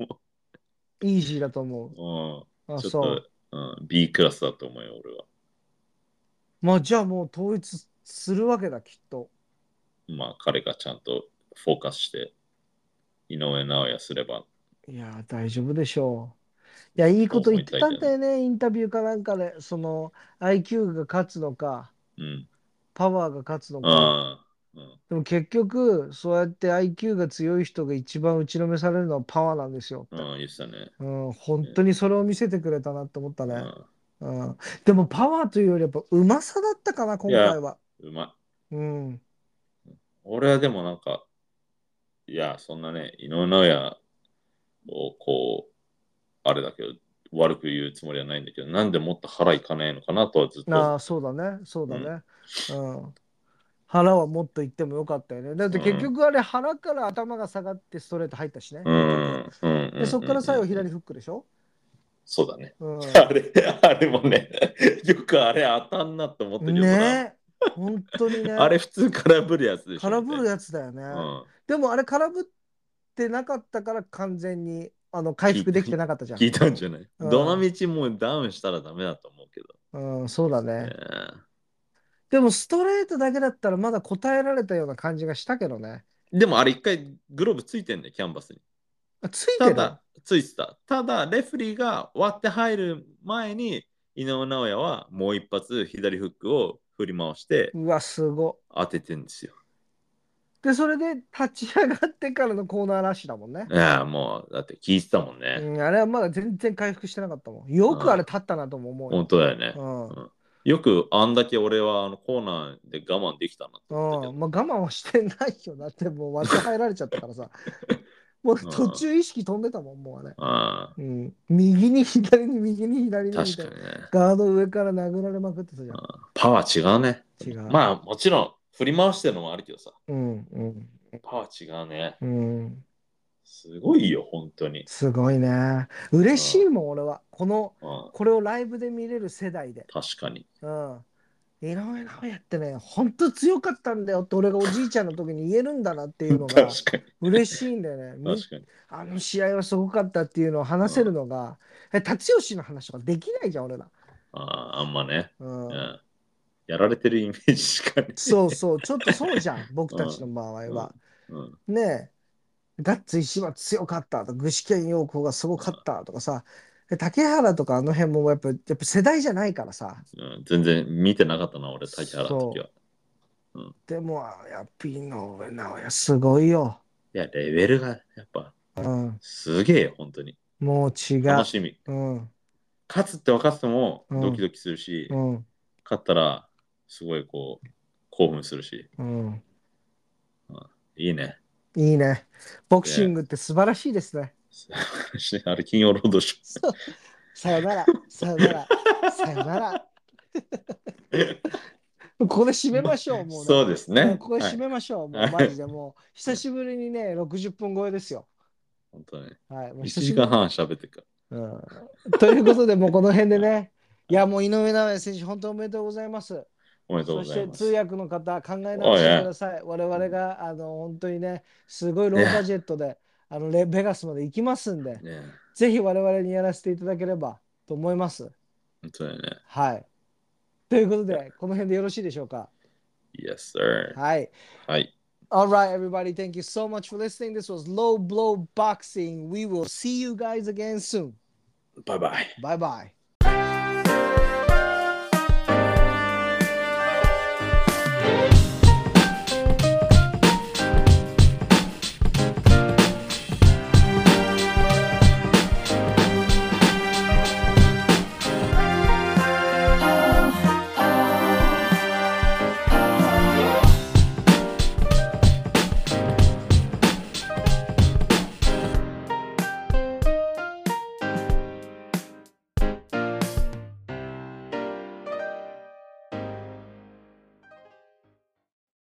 S1: イージーだと思う。
S2: う。う
S1: あ、
S2: ん、ちょっ
S1: そ
S2: と
S1: う。、
S2: うん、B クラスだと思うよ、俺は。
S1: まあ、じゃあもう統一するわけだ、きっと。
S2: まあ、彼がちゃんとフォーカスして、井上尚弥すれば。
S1: いやー、大丈夫でしょう。いや、いいこと言ってたんだよね、インタビューかなんかで。その、IQ が勝つのか、
S2: うん。
S1: パワーが勝つのか。
S2: ああ、うん。
S1: でも結局、そうやって IQ が強い人が一番打ちのめされるのはパワーなんですよって。
S2: うん、言ってたね。
S1: うん、本当にそれを見せてくれたなって思った
S2: う
S1: ね。
S2: ん
S1: うん、でもパワーというよりやっぱうまさだったかな、今回は。
S2: うまい。
S1: うん。
S2: 俺はでもなんか、いや、そんなね、井上尚弥をこう、あれだけど、悪く言うつもりはないんだけど、なんでもっと腹いかないのかなとはずっ
S1: あ
S2: と。
S1: あ、そうだね、そうだね。うん。腹はもっといってもよかったよね。だって結局あれ腹から頭が下がってストレート入ったしね。
S2: うん、うん。
S1: でそこから最後左
S2: うん。
S1: フックでしょ。
S2: そうだね。
S1: うん。
S2: あれ、あれもね、よくあれ当たんなって思ったけどな、
S1: ねえ、本当にね。
S2: あれ普通空振るやつでしょ。
S1: 空振る
S2: つ。
S1: やつだよね。
S2: うん。
S1: でもあれ空振ってなかったから完全にあの回復できてなかったじゃん。
S2: 聞いたんじゃない、
S1: うん
S2: どの道もうダウンしたらダメだと思うけど。
S1: うん、そうだね
S2: ね。
S1: でもストレートだけだったらまだ答えられたような感じがしたけどね。
S2: でもあれ一回グローブついてんね、キャンバスに。
S1: あついて
S2: た
S1: る。
S2: だ、ついてた。ただ、レフェリーが割って入る前に、井上尚弥はもう一発左フックを振り回して
S1: うわ、すご。
S2: 当ててんですよ。
S1: で、それで立ち上がってからのコーナーラッシュだもんね。
S2: いや、もう、だって聞いてたもんね。
S1: うん、あれはまだ全然回復してなかったもん。よくあれ立ったなとも思う
S2: 本
S1: よ。
S2: 当だよね。
S1: うん。
S2: よくあんだけ俺はあのコーナーで我慢できたなと思った
S1: う
S2: け
S1: ん、まあ、我慢はしてないよだってもう割って入られちゃったから さもう途中意識飛んでたもんもうあれ、
S2: ど。あ
S1: うん、右に左に右に左
S2: あ
S1: にみ
S2: 確
S1: た
S2: か
S1: い
S2: に
S1: な
S2: ね。
S1: ガード上から殴られまくってたじゃん
S2: パワー違うね。
S1: 違う
S2: まあもちろん振り回してるのもあるけどさ。
S1: うんうん
S2: パワー違うね。
S1: うん
S2: すごいよ、本当に。
S1: すごいね嬉しいもん俺はこの
S2: うん、
S1: これをライブで見れる世代で
S2: 確かに。
S1: うん井上尚弥ってね本当強かったんだよって俺がおじいちゃんの時に言えるんだなっていうの
S2: 確か
S1: が
S2: に。
S1: 嬉しいんだよねみ
S2: 確かに。
S1: あの試合はすごかったっていうのを話せるのが、え辰吉の話とかできないじゃん、俺ら。
S2: ああ、あんまね。
S1: うん
S2: うんやられてるイメージしかね。
S1: そうそう、ちょっとそうじゃん、僕たちの場合は。
S2: うん。
S1: ねえ、ガッツ石は強かったとか、具志堅用高がすごかったとかさ、で竹原とかあの辺もやっぱ、やっぱ世代じゃないからさ、
S2: うん、全然見てなかったな、俺、竹原の時は。
S1: でも、やっぱ井上尚弥すごいよ。
S2: いや、レベルがやっぱ
S1: うん、
S2: すげえよ、本当に。
S1: もう違う
S2: 楽。しみ。
S1: うん、
S2: 勝つって分かっても
S1: うん
S2: ドキドキするし、
S1: うん、
S2: 勝ったらすごいこう興奮するし、
S1: うん。
S2: いいね。
S1: いいね。ボクシングって素晴らしいですね。
S2: あれ、金曜ロードシ
S1: そうさよなら、さよなら、さよなら。
S2: ョ
S1: ここで締めましょう、も
S2: ー。
S1: うね。
S2: そうですね。
S1: ここで締
S2: はい、
S1: めましょう。
S2: はい
S1: もうマジでもう、久しぶりにね、60分超えですよ。
S2: 本当ね。
S1: はい、もう
S2: 1
S1: 久し
S2: 時
S1: ぶり
S2: 間半喋ってるか
S1: うんということで、もうこの辺でね、いや、もう井上尚弥選手、本当おめでとうございます。
S2: おめでとうご
S1: そし
S2: ざい
S1: て
S2: ま
S1: 通
S2: す。
S1: 訳の方、考え直してください。我々が、あの、本当にね、すごいローバジェットで、あの、レベガスまで行きますんで、
S2: ね、
S1: ぜひ我々にやらせていただければと思います。
S2: 本当だよね。
S1: はい。ということで、この辺でよろしいでしょうか。
S2: Yes, sir.
S1: はい。
S2: はい。
S1: All right, everybody. Thank you so much for listening. This was Low Blow Boxing. We will see you guys again soon.
S2: バイバイ。
S1: Bye bye.